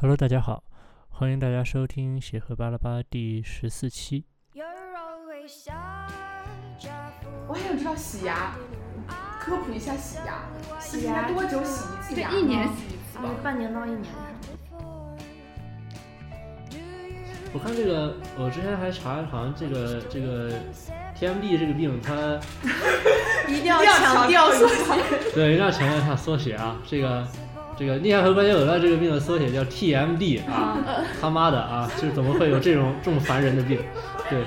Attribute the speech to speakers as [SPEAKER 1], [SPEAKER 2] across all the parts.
[SPEAKER 1] Hello，大家好，欢迎大家收听《协和巴拉巴》第十四期。
[SPEAKER 2] You're always such a
[SPEAKER 3] 我
[SPEAKER 2] fool.
[SPEAKER 3] 还想知道洗牙，科普一下洗牙，洗
[SPEAKER 4] 洗
[SPEAKER 3] 应
[SPEAKER 4] 牙
[SPEAKER 3] 该多久洗一次
[SPEAKER 4] 对
[SPEAKER 3] 牙？，
[SPEAKER 4] 一年洗一次吧
[SPEAKER 2] 嗯。
[SPEAKER 4] 半年到一年。
[SPEAKER 5] 我看这个，我之前还查，好像这个这个 TMD 这个病，它
[SPEAKER 4] 一定
[SPEAKER 3] 一定要强调一下，
[SPEAKER 5] 对一定要强调一下缩写啊，这个这个颞下颌关节紊乱这个病的缩写叫 TMD 啊，他妈的啊，就是怎么会有这种这么烦人的病？对，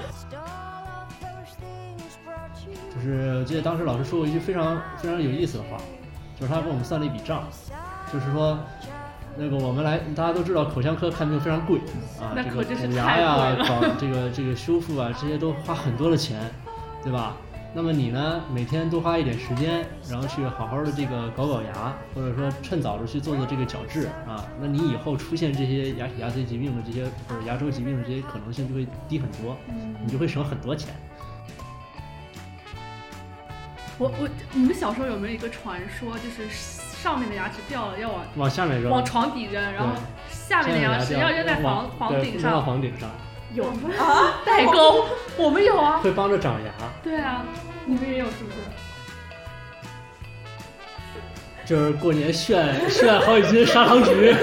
[SPEAKER 5] 就是我记得当时老师说过一句非常非常有意思的话，就是他给我们算了一笔账，就是说。那个我们来，大家都知道口腔科看病非常贵啊，
[SPEAKER 3] 那
[SPEAKER 5] 这
[SPEAKER 3] 可
[SPEAKER 5] 个
[SPEAKER 3] 真是
[SPEAKER 5] 补牙
[SPEAKER 3] 太
[SPEAKER 5] 呀
[SPEAKER 3] 贵了，
[SPEAKER 5] 搞这个这个修复啊，这些都花很多的钱，对吧？那么你呢，每天多花一点时间，然后去好好的这个搞搞牙，或者说趁早的去做做这个矫治啊，那你以后出现这些牙牙髓疾病的这些或者牙周疾病的这些可能性就会低很多，
[SPEAKER 3] 嗯
[SPEAKER 5] 你就会省很多钱。
[SPEAKER 3] 我我你们小时候有没有一个传说，就是上面的牙齿掉了要往
[SPEAKER 5] 往下面扔，
[SPEAKER 3] 往床底扔，然后下
[SPEAKER 5] 下
[SPEAKER 3] 面的牙齿
[SPEAKER 5] 掉
[SPEAKER 3] 要扔在
[SPEAKER 5] 往
[SPEAKER 3] 房房
[SPEAKER 5] 对
[SPEAKER 3] 顶
[SPEAKER 5] 扔到
[SPEAKER 3] 上
[SPEAKER 5] 房顶上
[SPEAKER 4] 有
[SPEAKER 6] 啊
[SPEAKER 4] 吗？
[SPEAKER 3] 代沟？我们有啊，
[SPEAKER 5] 会帮着长牙。
[SPEAKER 3] 对啊，你们也有是不是？
[SPEAKER 5] 就是过年炫 炫好几斤砂糖 橘，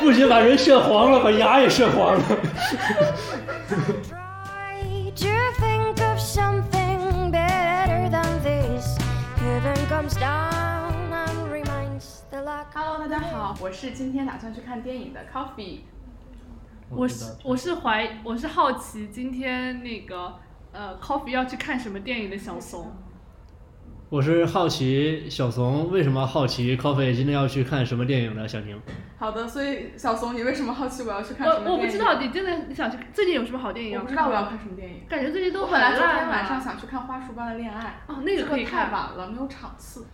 [SPEAKER 5] 不仅把人炫黄了，把牙也炫黄了。
[SPEAKER 2] Try to think of something better than this. Heaven comes down and reminds the luck.
[SPEAKER 3] Hello，大家好，我是今天打算去看电影的 Coffee。我
[SPEAKER 5] 知
[SPEAKER 3] 是
[SPEAKER 5] 道
[SPEAKER 3] 我是怀我是好奇今天那个呃 Coffee 要去看什么电影的小怂。
[SPEAKER 5] 我是好奇小怂为什么好奇 Coffee 今天要去看什么电影的小宁？
[SPEAKER 6] 好的，所以小怂，你为什么好奇我要去看什么电
[SPEAKER 3] 我
[SPEAKER 6] 影？
[SPEAKER 3] 我不知道你真的你想去最近有什么好电影
[SPEAKER 6] 我
[SPEAKER 3] 要
[SPEAKER 6] 不
[SPEAKER 3] 看
[SPEAKER 6] 知道
[SPEAKER 3] 吗？
[SPEAKER 6] 我要看什么电影。
[SPEAKER 3] 感觉最近都
[SPEAKER 6] 我
[SPEAKER 3] 很
[SPEAKER 6] 本来
[SPEAKER 3] 烂
[SPEAKER 6] 昨
[SPEAKER 3] 啊
[SPEAKER 6] 天晚上想去看《花束般的恋爱
[SPEAKER 3] 哦，》，那个
[SPEAKER 6] 这
[SPEAKER 3] 可以
[SPEAKER 6] 个太
[SPEAKER 3] 看。
[SPEAKER 6] 晚了，没有场次。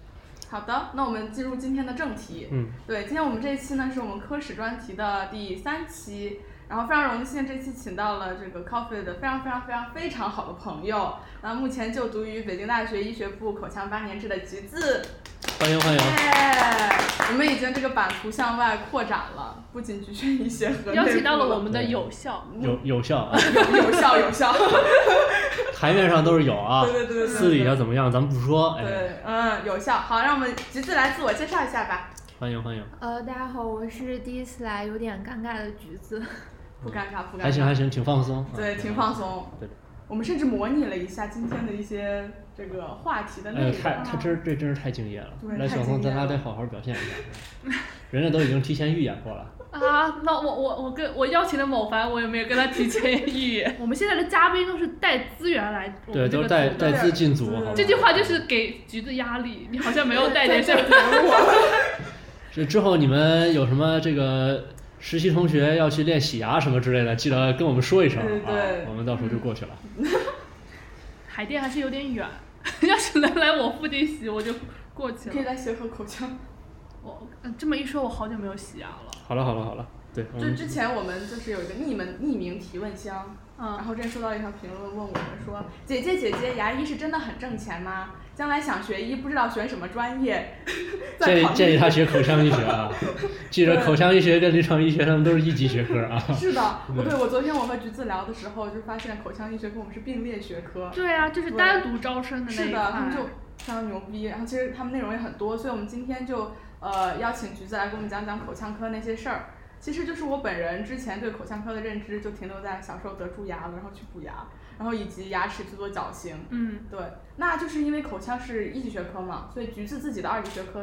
[SPEAKER 6] 好的，那我们进入今天的正题。
[SPEAKER 5] 嗯，
[SPEAKER 6] 对，今天我们这一期呢是我们科室专题的第三期，然后非常荣幸这期请到了这个 Coffee 的非常非常非常非常好的朋友，那目前就读于北京大学医学部口腔八年制的橘子。
[SPEAKER 5] 欢迎欢迎，
[SPEAKER 6] 耶！我们已经这个版图向外扩展了，不仅局限于协和，
[SPEAKER 3] 邀请到了我们的有效，
[SPEAKER 5] 有有效 啊，
[SPEAKER 6] 有效有效，
[SPEAKER 5] 台面上都是有啊，
[SPEAKER 6] 对对对对对
[SPEAKER 5] 私底下怎么样咱们不说。哎，
[SPEAKER 6] 对，嗯，有效。好，让我们橘子来自我介绍一下吧，
[SPEAKER 5] 欢迎欢迎，
[SPEAKER 4] 呃，大家好，我是第一次来，有点尴尬的橘子。
[SPEAKER 6] 不尴尬不尴尬，
[SPEAKER 5] 还行还行，挺放松。
[SPEAKER 6] 对，
[SPEAKER 5] 啊
[SPEAKER 6] 挺放。松。
[SPEAKER 5] 对
[SPEAKER 6] 我们甚至模拟了一下今天的一些这个话题的
[SPEAKER 5] 哎呦
[SPEAKER 6] 内，容。啊
[SPEAKER 5] 太太 真是这真是太敬业了
[SPEAKER 6] 对。
[SPEAKER 5] 来，
[SPEAKER 6] 太
[SPEAKER 5] 小
[SPEAKER 6] 敬
[SPEAKER 5] 怂，
[SPEAKER 6] 业
[SPEAKER 5] 咱俩
[SPEAKER 6] 了
[SPEAKER 5] 得好好表现一下， 人家都已经提前预演过了。
[SPEAKER 3] 啊，那我我我跟我邀请的某凡，我也没有跟他提前预演。 我们现在的嘉宾都是带资源来我
[SPEAKER 5] 对，
[SPEAKER 3] 们这
[SPEAKER 5] 都是
[SPEAKER 3] 个组
[SPEAKER 5] 带带
[SPEAKER 3] 的，
[SPEAKER 5] 资进组，好吧
[SPEAKER 3] 这句话就是给橘子压力，你好像没有带点 什么。
[SPEAKER 5] 这之后你们有什么这个实习同学要去练洗牙什么之类的，记得跟我们说一声
[SPEAKER 6] 对对嗯
[SPEAKER 5] 啊，我们到时候就过去了。
[SPEAKER 3] 海淀还是有点远， 要是能来我附近洗，我就过去
[SPEAKER 6] 可以
[SPEAKER 3] 了。
[SPEAKER 6] 来协和口腔。
[SPEAKER 3] 我嗯这么一说，我好久没有洗牙了。
[SPEAKER 5] 好了好了好了，对，我
[SPEAKER 6] 就
[SPEAKER 5] 们
[SPEAKER 6] 之前我们就是有一个匿名匿名提问箱，
[SPEAKER 3] 嗯
[SPEAKER 6] 然后之前收到一条评论问我们说，姐姐姐姐，牙医是真的很挣钱吗？将来想学医不知道选什么专业，
[SPEAKER 5] 建
[SPEAKER 6] 在
[SPEAKER 5] 议
[SPEAKER 6] 考
[SPEAKER 5] 建
[SPEAKER 6] 虑。
[SPEAKER 5] 议他学口腔医学 啊，记着口腔医学跟临床医学他们都是一级学科啊。
[SPEAKER 6] 是的，我对我昨天我和橘子聊的时候，就发现口腔医学跟我们是并列学科。
[SPEAKER 3] 对啊，就是单独招生的那
[SPEAKER 6] 是
[SPEAKER 3] 一
[SPEAKER 6] 的，他们
[SPEAKER 3] 块
[SPEAKER 6] 就。非常牛逼。然后其实他们内容也很多，所以我们今天就呃邀请橘子来给我们讲讲口腔科那些事儿。其实就是我本人之前对口腔科的认知就停留在小时候得蛀牙了，然后去补牙，然后以及牙齿去做矫形。
[SPEAKER 3] 嗯，
[SPEAKER 6] 对，那就是因为口腔是一级学科嘛，所以橘子自己的二级学科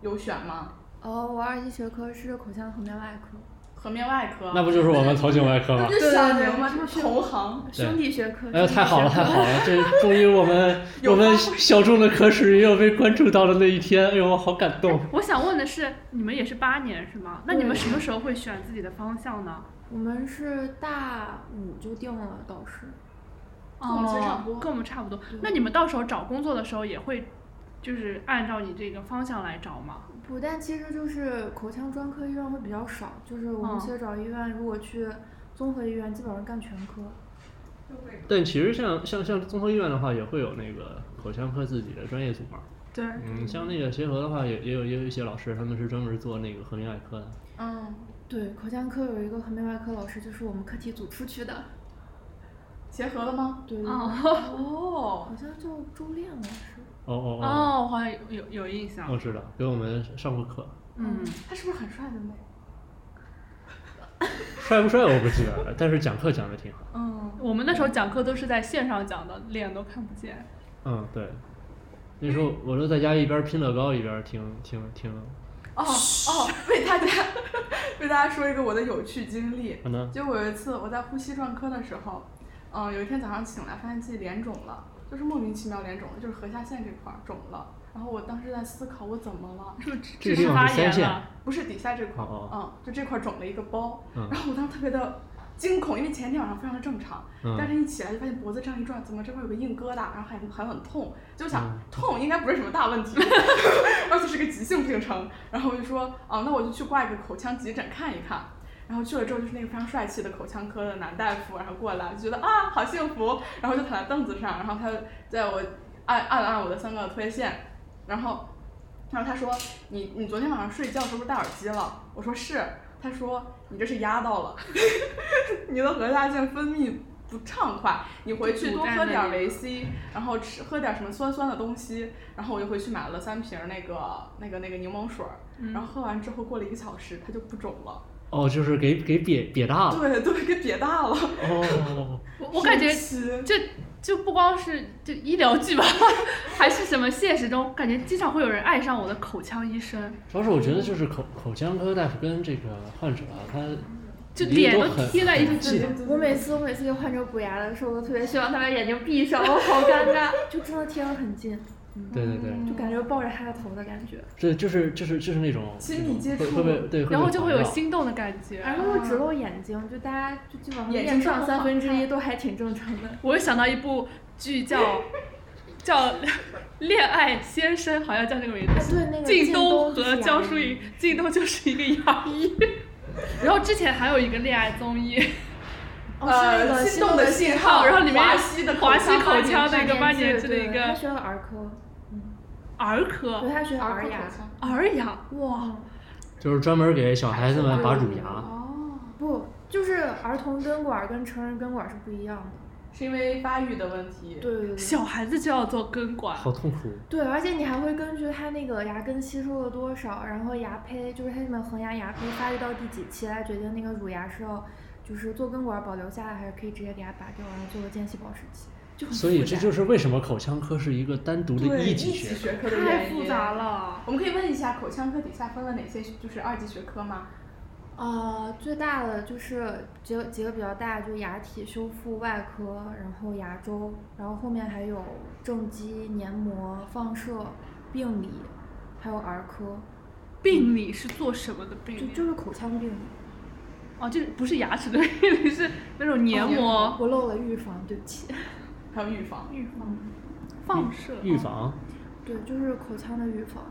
[SPEAKER 6] 有选吗？
[SPEAKER 4] 哦，我二级学科是口腔颌面外科，
[SPEAKER 6] 颌面外科。
[SPEAKER 5] 那不就是我们头颈外科吗
[SPEAKER 6] 那不？是小牛吗？这不是同行。
[SPEAKER 5] 对
[SPEAKER 4] 兄弟学科。
[SPEAKER 5] 哎呦，太好了，太好了！这终于我们
[SPEAKER 6] 有
[SPEAKER 5] 我们小众的科室也有被关注到的那一天，哎呦，我好感动！
[SPEAKER 3] 我想问的是，你们也是八年是吗？那你们什么时候会选自己的方向呢？
[SPEAKER 4] 我们是大五就定了导师，
[SPEAKER 6] 我们其实差不多
[SPEAKER 3] 哦跟我们差不多。那你们到时候找工作的时候也会，就是按照你这个方向来找吗？
[SPEAKER 4] 不，但其实就是口腔专科医院会比较少，就是我
[SPEAKER 3] 嗯
[SPEAKER 4] 们其实找医院，如果去综合医院，基本上干全科。
[SPEAKER 5] 但其实像像像综合医院的话，也会有那个口腔科自己的专业组嘛。
[SPEAKER 3] 对，
[SPEAKER 5] 嗯，像那个协和的话，也也有也有一些老师，他们是专门做那个颌面外科的。
[SPEAKER 6] 嗯，
[SPEAKER 4] 对，口腔科有一个颌面外科老师，就是我们课题组出去的。
[SPEAKER 6] 结合了吗？
[SPEAKER 4] 对，
[SPEAKER 6] 哦
[SPEAKER 4] 好像叫周亮老师。
[SPEAKER 5] 哦哦哦，
[SPEAKER 6] 哦，我好像有有有印象
[SPEAKER 5] 我。知道，给我们上过课。
[SPEAKER 6] 嗯，他是不是很帅的妹？
[SPEAKER 5] 帅不帅我不记得了，但是讲课讲的挺好。
[SPEAKER 6] 嗯，
[SPEAKER 3] 我们那时候讲课都是在线上讲的，脸都看 不见。
[SPEAKER 5] 嗯，对。那时候我都在家一边拼乐高一边听听听，
[SPEAKER 6] 哦哦， 为大家为大家说一个我的有趣经历。
[SPEAKER 5] 可能
[SPEAKER 6] 就我有一次我在呼吸专科的时候，嗯，有一天早上醒来发现自己脸肿了，就是莫名其妙脸肿了，就是颌下线这块儿肿了。然后我当时在思考我怎么了，
[SPEAKER 3] 是不
[SPEAKER 5] 这
[SPEAKER 3] 是
[SPEAKER 5] 个
[SPEAKER 3] 智
[SPEAKER 5] 地
[SPEAKER 3] 齿
[SPEAKER 5] 方
[SPEAKER 3] 发
[SPEAKER 5] 是三
[SPEAKER 3] 炎
[SPEAKER 5] 线，
[SPEAKER 3] 了？
[SPEAKER 6] 不是底下这块儿，
[SPEAKER 5] 哦哦
[SPEAKER 6] 嗯，就这块儿肿了一个包。
[SPEAKER 5] 嗯
[SPEAKER 6] 然后我当时特别的惊恐，因为前天晚上非常的正常，
[SPEAKER 5] 嗯
[SPEAKER 6] 但是一起来就发现脖子这样一转，怎么这块有个硬疙瘩，然后还还很痛，就想、
[SPEAKER 5] 嗯
[SPEAKER 6] 痛应该不是什么大问题， 而且是个急性病程。然后我就说，哦、那我就去挂一个口腔急诊看一看。然后去了之后，就是那个非常帅气的口腔科的男大夫，然后过来就觉得啊，好幸福，然后就躺在凳子上，然后他就在我按按了按我的三个推线，然后然后他说你你昨天晚上睡觉是不是戴耳机了？我说是，他说你这是压到了， 你的核下腺分泌不畅快，你回去多喝点儿维 C，然后吃喝点儿什么酸酸的东西，然后我就回去买了三瓶儿那个那个那个柠檬水儿，然后喝完之后过了一个小时，它就不肿了，
[SPEAKER 5] 哦，就是给给瘪瘪大了。
[SPEAKER 6] 对对，给瘪大了，
[SPEAKER 5] 哦，
[SPEAKER 3] 嗯 我我感觉
[SPEAKER 6] 神奇
[SPEAKER 3] 这就不光是就医疗剧吧， 还是什么现实中，感觉经常会有人爱上我的口腔医生，
[SPEAKER 5] 主要是我觉得就是口口腔科大夫跟这个患者啊，他
[SPEAKER 3] 就
[SPEAKER 5] 离
[SPEAKER 3] 脸
[SPEAKER 5] 得
[SPEAKER 3] 都
[SPEAKER 5] 都很
[SPEAKER 3] 贴在一
[SPEAKER 5] 很
[SPEAKER 3] 起
[SPEAKER 5] 近。
[SPEAKER 4] 我每次我每次给患者补牙的时候，我特别希望他把眼睛闭上，我好尴尬， 就真的贴得很近，
[SPEAKER 5] 对对对，
[SPEAKER 4] 就感觉抱着他的头的感觉。
[SPEAKER 5] 这就是就是就是那种
[SPEAKER 6] 亲密接触
[SPEAKER 5] 会会被对，会
[SPEAKER 3] 然后
[SPEAKER 5] 被
[SPEAKER 3] 就
[SPEAKER 5] 环
[SPEAKER 3] 会有
[SPEAKER 5] 绕
[SPEAKER 3] 心动的感觉。
[SPEAKER 4] 然后又只露眼睛，就大家就基本上
[SPEAKER 6] 眼睛
[SPEAKER 4] 面上
[SPEAKER 6] 都很
[SPEAKER 4] 三
[SPEAKER 6] 好
[SPEAKER 4] 分之一
[SPEAKER 6] 看
[SPEAKER 4] 都还挺正 常的。
[SPEAKER 3] 我又想到一部剧叫叫 《恋爱先生》，好像叫这个名
[SPEAKER 4] 啊
[SPEAKER 3] 字。
[SPEAKER 4] 对，那个
[SPEAKER 3] 靳东
[SPEAKER 4] 东
[SPEAKER 3] 和焦淑
[SPEAKER 4] 怡，
[SPEAKER 3] 怡，靳东就是一个牙医。然后之前还有一个恋爱综艺，
[SPEAKER 4] 哦，是那
[SPEAKER 6] 呃
[SPEAKER 4] 个
[SPEAKER 6] 心动的信号，
[SPEAKER 3] 然后里面
[SPEAKER 6] 华西的
[SPEAKER 3] 华西
[SPEAKER 6] 腔
[SPEAKER 3] 口腔那个八
[SPEAKER 4] 八
[SPEAKER 3] 年
[SPEAKER 4] 年
[SPEAKER 3] 制
[SPEAKER 4] 制
[SPEAKER 3] 的一
[SPEAKER 4] 对他
[SPEAKER 3] 个
[SPEAKER 4] 学了儿科，
[SPEAKER 3] 儿
[SPEAKER 4] 对，
[SPEAKER 3] 科
[SPEAKER 4] 他学了
[SPEAKER 6] 儿科
[SPEAKER 4] 儿
[SPEAKER 3] 哎
[SPEAKER 6] 口
[SPEAKER 4] 牙。
[SPEAKER 6] 腔。
[SPEAKER 3] 儿牙，哇，
[SPEAKER 4] 嗯，
[SPEAKER 5] 就是专门给小孩子们拔乳牙。
[SPEAKER 6] 哦，
[SPEAKER 4] 不，就是儿童根管儿跟成人根管儿是不一样的。
[SPEAKER 6] 是因为发育的问题。
[SPEAKER 4] 对对对。
[SPEAKER 3] 小孩子就要做根管，
[SPEAKER 5] 好痛苦，
[SPEAKER 4] 对，而且你还会根据他那个牙根吸收了多少，然后牙胚就是它里面恒牙牙胚发育到第几期来决定那个乳牙是要就是做根管儿保留下来，还是可以直接给它拔掉，然后做个间隙保持期，就很
[SPEAKER 5] 所以这
[SPEAKER 4] 复杂
[SPEAKER 5] 就是为什么口腔科是一个单独的
[SPEAKER 6] 对，
[SPEAKER 5] 一
[SPEAKER 6] 一
[SPEAKER 5] 级
[SPEAKER 6] 级
[SPEAKER 5] 学科。
[SPEAKER 6] 学科的
[SPEAKER 3] 太
[SPEAKER 6] 原因
[SPEAKER 3] 复杂。了。
[SPEAKER 6] 我们可以问一下，口腔科底下分了哪些就是二级学科吗？
[SPEAKER 4] 呃，最大的就是几个几个比较大，就牙体修复外科，然后牙周，然后后面还有正畸、黏膜、放射、病理，还有儿科，
[SPEAKER 3] 病理是做什么的病
[SPEAKER 4] 就
[SPEAKER 3] 理？
[SPEAKER 4] 就是口腔病理。
[SPEAKER 3] 哦，就是不是牙齿的病理， 是那种黏膜、
[SPEAKER 4] 我漏了预防，对不起。
[SPEAKER 6] 还有预防。
[SPEAKER 3] 预防、放射。哦
[SPEAKER 5] 预防，
[SPEAKER 4] 对，就是口腔的预防，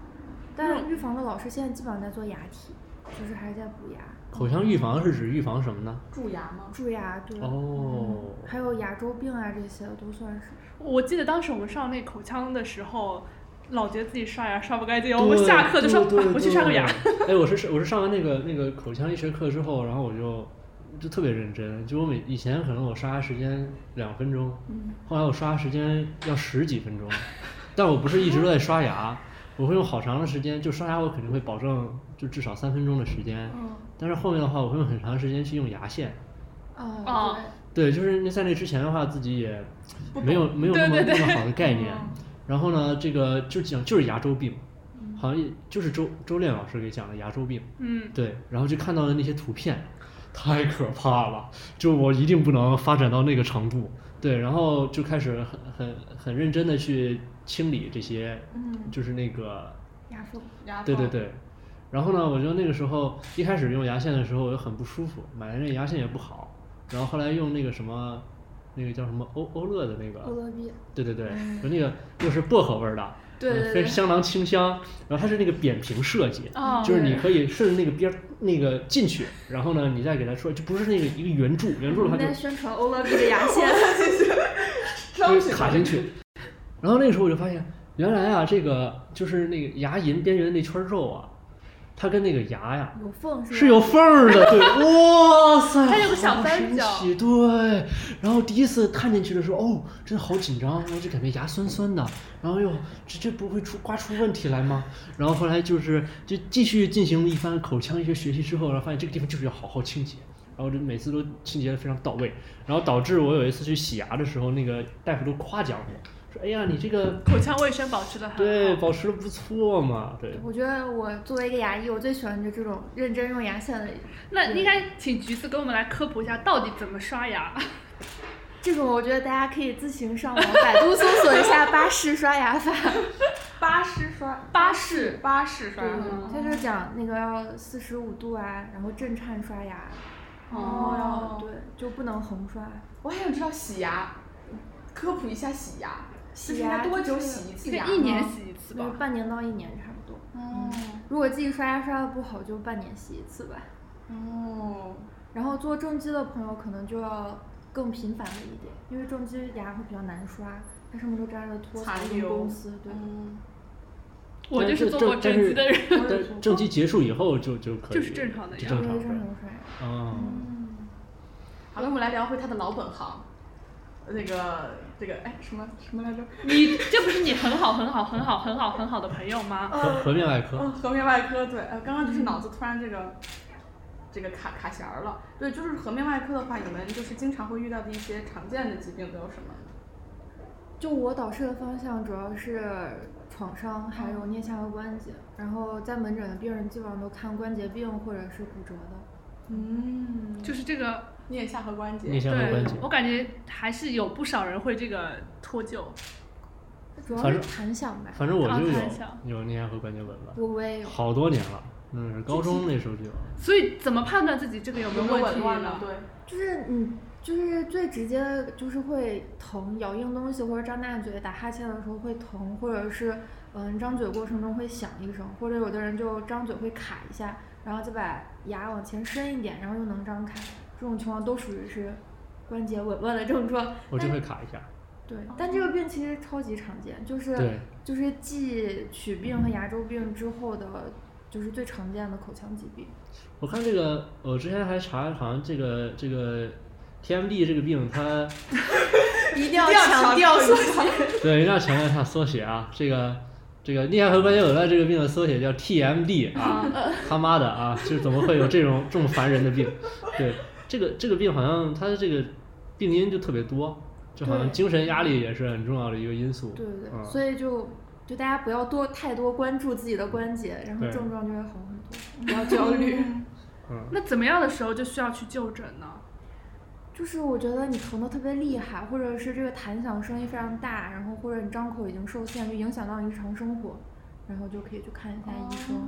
[SPEAKER 4] 但预防的老师现在基本上在做牙体，就是还是在补牙、
[SPEAKER 5] 口腔预防是指预防什么呢？
[SPEAKER 6] 蛀牙吗？
[SPEAKER 4] 蛀牙，对，嗯
[SPEAKER 5] 哦，
[SPEAKER 4] 还有牙周病啊这些都算是。
[SPEAKER 3] 我记得当时我们上那口腔的时候，老觉得自己刷牙刷不干净，
[SPEAKER 5] 对
[SPEAKER 3] 我们下课就说
[SPEAKER 5] 对
[SPEAKER 3] 啊
[SPEAKER 5] 对
[SPEAKER 3] 我去刷个牙。
[SPEAKER 5] 对哎，我是我是上完那个那个口腔医学课之后，然后我就就特别认真，就我每以前可能我刷牙时间两分钟，
[SPEAKER 3] 嗯
[SPEAKER 5] 后来我刷牙时间要十几分钟，但我不是一直都在刷牙，我会用好长的时间，就刷牙我肯定会保证就至少三分钟的时间，
[SPEAKER 3] 嗯
[SPEAKER 5] 但是后面的话我会用很长时间去用牙线。
[SPEAKER 4] 啊、
[SPEAKER 3] 哦
[SPEAKER 5] 对，就是那在那之前的话，自己也没有没有那么
[SPEAKER 3] 对对对嗯
[SPEAKER 5] 那么好的概念。然后呢，这个就讲就是牙周病，好像也就是周周炼老师给讲的牙周病。
[SPEAKER 3] 嗯，
[SPEAKER 5] 对，然后就看到了那些图片，太可怕了，就我一定不能发展到那个程度。对，然后就开始很很很认真的去清理这些，
[SPEAKER 3] 嗯
[SPEAKER 5] 就是那个
[SPEAKER 4] 牙缝。
[SPEAKER 6] 嗯牙缝
[SPEAKER 5] 对
[SPEAKER 4] 嗯
[SPEAKER 5] 对。对。然后呢，我就那个时候一开始用牙线的时候，我就很不舒服，买的那牙线也不好。然后后来用那个什么，那个叫什么欧欧乐的那个，
[SPEAKER 4] 欧乐 B，
[SPEAKER 5] 对对对，就那个又是薄荷味儿的，
[SPEAKER 4] 对对
[SPEAKER 5] 呃
[SPEAKER 4] 对
[SPEAKER 5] 非相当清香。然后它是那个扁平设计，
[SPEAKER 3] 哦
[SPEAKER 5] 就是你可以顺着那个边儿那个进去，然后呢，你再给它出来，就不是那个一个圆柱，圆柱
[SPEAKER 4] 我
[SPEAKER 5] 的话
[SPEAKER 4] 们
[SPEAKER 5] 就
[SPEAKER 4] 在宣传欧乐 B 的牙线。
[SPEAKER 5] 就是卡进去。然后那个时候我就发现，原来啊，这个就是那个牙龈边缘那圈肉啊，它跟那个牙呀
[SPEAKER 4] 有缝是
[SPEAKER 5] 是有缝儿的，对，哇塞，
[SPEAKER 3] 它有个小
[SPEAKER 5] 好
[SPEAKER 3] 三
[SPEAKER 5] 神
[SPEAKER 3] 角
[SPEAKER 5] 奇对，然后第一次探进去的时候，哦，真的好紧张，然后就感觉牙酸酸的，然后又这这不会出刮出问题来吗？然后后来就是就继续进行一番口腔医学学习之后，然后发现这个地方就是要好好清洁。然后就每次都清洁的非常到位，然后导致我有一次去洗牙的时候，那个大夫都夸奖我说：“哎呀，你这个
[SPEAKER 3] 口腔卫生保持的很好。
[SPEAKER 5] 对，保持的不错嘛，对。
[SPEAKER 4] 我觉得我作为一个牙医，我最喜欢就这种认真用牙线的，
[SPEAKER 3] 那应该请橘子给我们来科普一下，到底怎么刷牙？
[SPEAKER 4] 这种我觉得大家可以自行上网百度搜索一下巴氏刷牙法。
[SPEAKER 6] 巴士刷嗯
[SPEAKER 3] 巴士
[SPEAKER 6] 巴士刷
[SPEAKER 4] 对
[SPEAKER 6] 牙，
[SPEAKER 4] 他就讲那个要四十五度啊，然后震颤刷牙，然后要
[SPEAKER 6] 哦，
[SPEAKER 4] 对就不能横刷。
[SPEAKER 6] 我还想知道洗牙，科普一下洗牙，就是
[SPEAKER 4] 洗
[SPEAKER 6] 应该
[SPEAKER 4] 牙
[SPEAKER 6] 多
[SPEAKER 4] 就
[SPEAKER 6] 久
[SPEAKER 4] 是
[SPEAKER 6] 洗一次
[SPEAKER 3] 应该
[SPEAKER 6] 牙？
[SPEAKER 3] 一年洗一次
[SPEAKER 4] 就是
[SPEAKER 3] 吧。
[SPEAKER 4] 半年到一年差不多。
[SPEAKER 6] 哦
[SPEAKER 4] 如果自己刷牙刷的不好，就半年洗一次吧。
[SPEAKER 6] 哦，
[SPEAKER 4] 然后做正畸的朋友可能就要更频繁了一点，因为正畸牙会比较难刷，它上面都沾着脱
[SPEAKER 6] 残
[SPEAKER 4] 粉
[SPEAKER 6] 留
[SPEAKER 4] 公司，对，
[SPEAKER 6] 嗯，
[SPEAKER 3] 我
[SPEAKER 5] 但
[SPEAKER 3] 就是是做过
[SPEAKER 5] 但
[SPEAKER 3] 正畸的人，
[SPEAKER 5] 但是正畸结束以后就就可以，
[SPEAKER 3] 就是正常的嗯
[SPEAKER 5] 就
[SPEAKER 3] 呀
[SPEAKER 5] 正
[SPEAKER 4] 因
[SPEAKER 5] 常
[SPEAKER 4] 为正
[SPEAKER 5] 的
[SPEAKER 4] 常刷牙。
[SPEAKER 5] 啊。
[SPEAKER 6] 好了，我们来聊回他的老本行，那个这个哎什么什么来着？
[SPEAKER 3] 你这不是你很好很好很好很好很好的朋友
[SPEAKER 4] 哦
[SPEAKER 3] 吗？
[SPEAKER 5] 颌颌面外科
[SPEAKER 6] 嗯，颌面外科对，呃，刚刚就是脑子突然这个这个卡卡弦儿了。对，就是颌面外科的话，你们就是经常会遇到的一些常见的疾病都有什么？
[SPEAKER 4] 就我导师的方向主要是创伤，还有
[SPEAKER 6] 嗯
[SPEAKER 4] 颞下颌关节，然后在门诊的病人基本上都看关节病或者是骨折的。
[SPEAKER 6] 嗯，
[SPEAKER 3] 就是这个，
[SPEAKER 6] 颞下颌关
[SPEAKER 5] 颞
[SPEAKER 6] 节。
[SPEAKER 5] 下颌关
[SPEAKER 3] 对
[SPEAKER 5] 节，
[SPEAKER 3] 我感觉还是有不少人会这个脱臼。
[SPEAKER 4] 主要
[SPEAKER 5] 反
[SPEAKER 4] 是
[SPEAKER 5] 正
[SPEAKER 4] 弹响吧，
[SPEAKER 5] 反正我就
[SPEAKER 3] 啊看一下
[SPEAKER 5] 有有颞下颌关节纹了，
[SPEAKER 4] 我我也有，
[SPEAKER 5] 好多年了，嗯，高中那时候就有了。
[SPEAKER 3] 所以怎么判断自己这个有没
[SPEAKER 6] 有
[SPEAKER 3] 有
[SPEAKER 6] 没有
[SPEAKER 3] 问
[SPEAKER 6] 紊
[SPEAKER 3] 题
[SPEAKER 6] 乱呢
[SPEAKER 3] 呢？？
[SPEAKER 6] 对，
[SPEAKER 4] 就是你就是最直接的就是会疼，咬硬东西或者张大嘴打哈欠的时候会疼，或者是嗯张嘴过程中会响一声，或者有的人就张嘴会卡一下，然后再把牙往前伸一点，然后又能张开，这种情况都属于是关节紊乱的症状。
[SPEAKER 5] 我就
[SPEAKER 4] 但
[SPEAKER 5] 会卡一下，
[SPEAKER 4] 对，但这个病其实超级常见，就是
[SPEAKER 5] 对
[SPEAKER 4] 就是继龋病和牙周病之后的，就是最常见的口腔疾病。
[SPEAKER 5] 我看这个，我之前还查，好像这个这个 TMD 这个病， 它
[SPEAKER 4] 一定要
[SPEAKER 6] 强调
[SPEAKER 4] 说，
[SPEAKER 5] 对，一定要强调一下缩写啊，这个这个颞下颌关节紊乱这个病的缩写叫 TMD 啊，
[SPEAKER 4] 哦
[SPEAKER 5] 他妈的啊，就是怎么会有这种这么烦人的病？对，这个这个病好像它的这个病因就特别多，就好像
[SPEAKER 4] 对
[SPEAKER 5] 精神压力也是很重要的一个因素。
[SPEAKER 4] 对对对，
[SPEAKER 5] 嗯、
[SPEAKER 4] 所以就就大家不要多太多关注自己的关节，然后
[SPEAKER 5] 对
[SPEAKER 4] 症状就会好很多，不要焦虑。
[SPEAKER 5] 嗯，
[SPEAKER 3] 那怎么样的时候就需要去就诊呢？
[SPEAKER 4] 就是我觉得你疼的特别厉害，或者是这个弹响声音非常大，然后或者你张口已经受限，就影响到你日常生活，然后就可以去看一下医生。
[SPEAKER 5] 哦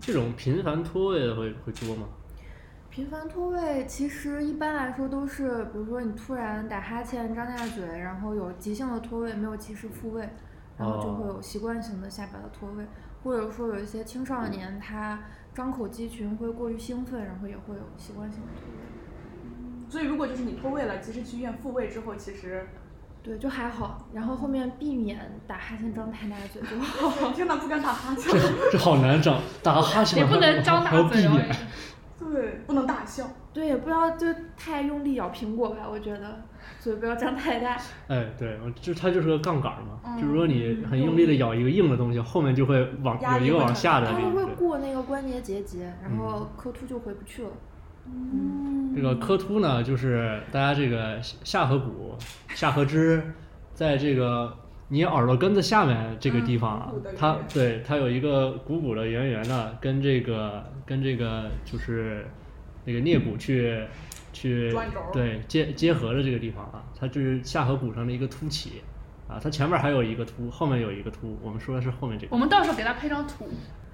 [SPEAKER 5] 这种频繁脱位的会会多吗？
[SPEAKER 4] 频繁脱位其实一般来说都是，比如说你突然打哈欠、张大嘴，然后有急性的脱位，没有及时复位，然后就会有习惯性的下巴的脱位，或者说有一些青少年他张口肌群会过于兴奋，然后也会有习惯性的脱位。
[SPEAKER 6] 所以如果就是你脱位了，及时去医院复位之后，其实
[SPEAKER 4] 对，就还好，然后后面避免打哈欠、张太大嘴就好。
[SPEAKER 6] 天呐，不敢打哈欠
[SPEAKER 5] 这， 这好难找，打个哈欠
[SPEAKER 3] 也不
[SPEAKER 5] 还要
[SPEAKER 3] 能张
[SPEAKER 5] 还
[SPEAKER 3] 大
[SPEAKER 5] 要避
[SPEAKER 3] 嘴哦
[SPEAKER 5] 免。。
[SPEAKER 6] 对，不能大笑。
[SPEAKER 4] 对，也不要就太用力咬苹果吧，我觉得嘴不要张太大。
[SPEAKER 5] 哎，对，我就它就是个杠杆嘛，
[SPEAKER 6] 嗯
[SPEAKER 5] 就是说你很用力的咬一个硬的东西，后面就会往
[SPEAKER 6] 压
[SPEAKER 5] 有
[SPEAKER 6] 力
[SPEAKER 5] 一个
[SPEAKER 6] 会
[SPEAKER 5] 往
[SPEAKER 6] 很
[SPEAKER 5] 下的
[SPEAKER 4] 它
[SPEAKER 5] 力
[SPEAKER 4] 们会
[SPEAKER 5] 对
[SPEAKER 4] 过那个关节结节，然后磕突就回不去了。
[SPEAKER 6] 嗯
[SPEAKER 5] 这个磕突呢，就是大家这个下下颌骨、下颌支，在这个你耳朵根子下面这个地方啊，
[SPEAKER 6] 嗯骨的
[SPEAKER 5] 它
[SPEAKER 6] 圆
[SPEAKER 5] 对它有一个鼓鼓的圆圆的，跟这个跟这个就是那个颞骨去去
[SPEAKER 6] 转轴
[SPEAKER 5] 对接结合的这个地方啊，它就是下颌骨上的一个凸起啊，它前面还有一个凸，后面有一个凸，我们说的是后面这个
[SPEAKER 3] 我。们到时候给他配张图。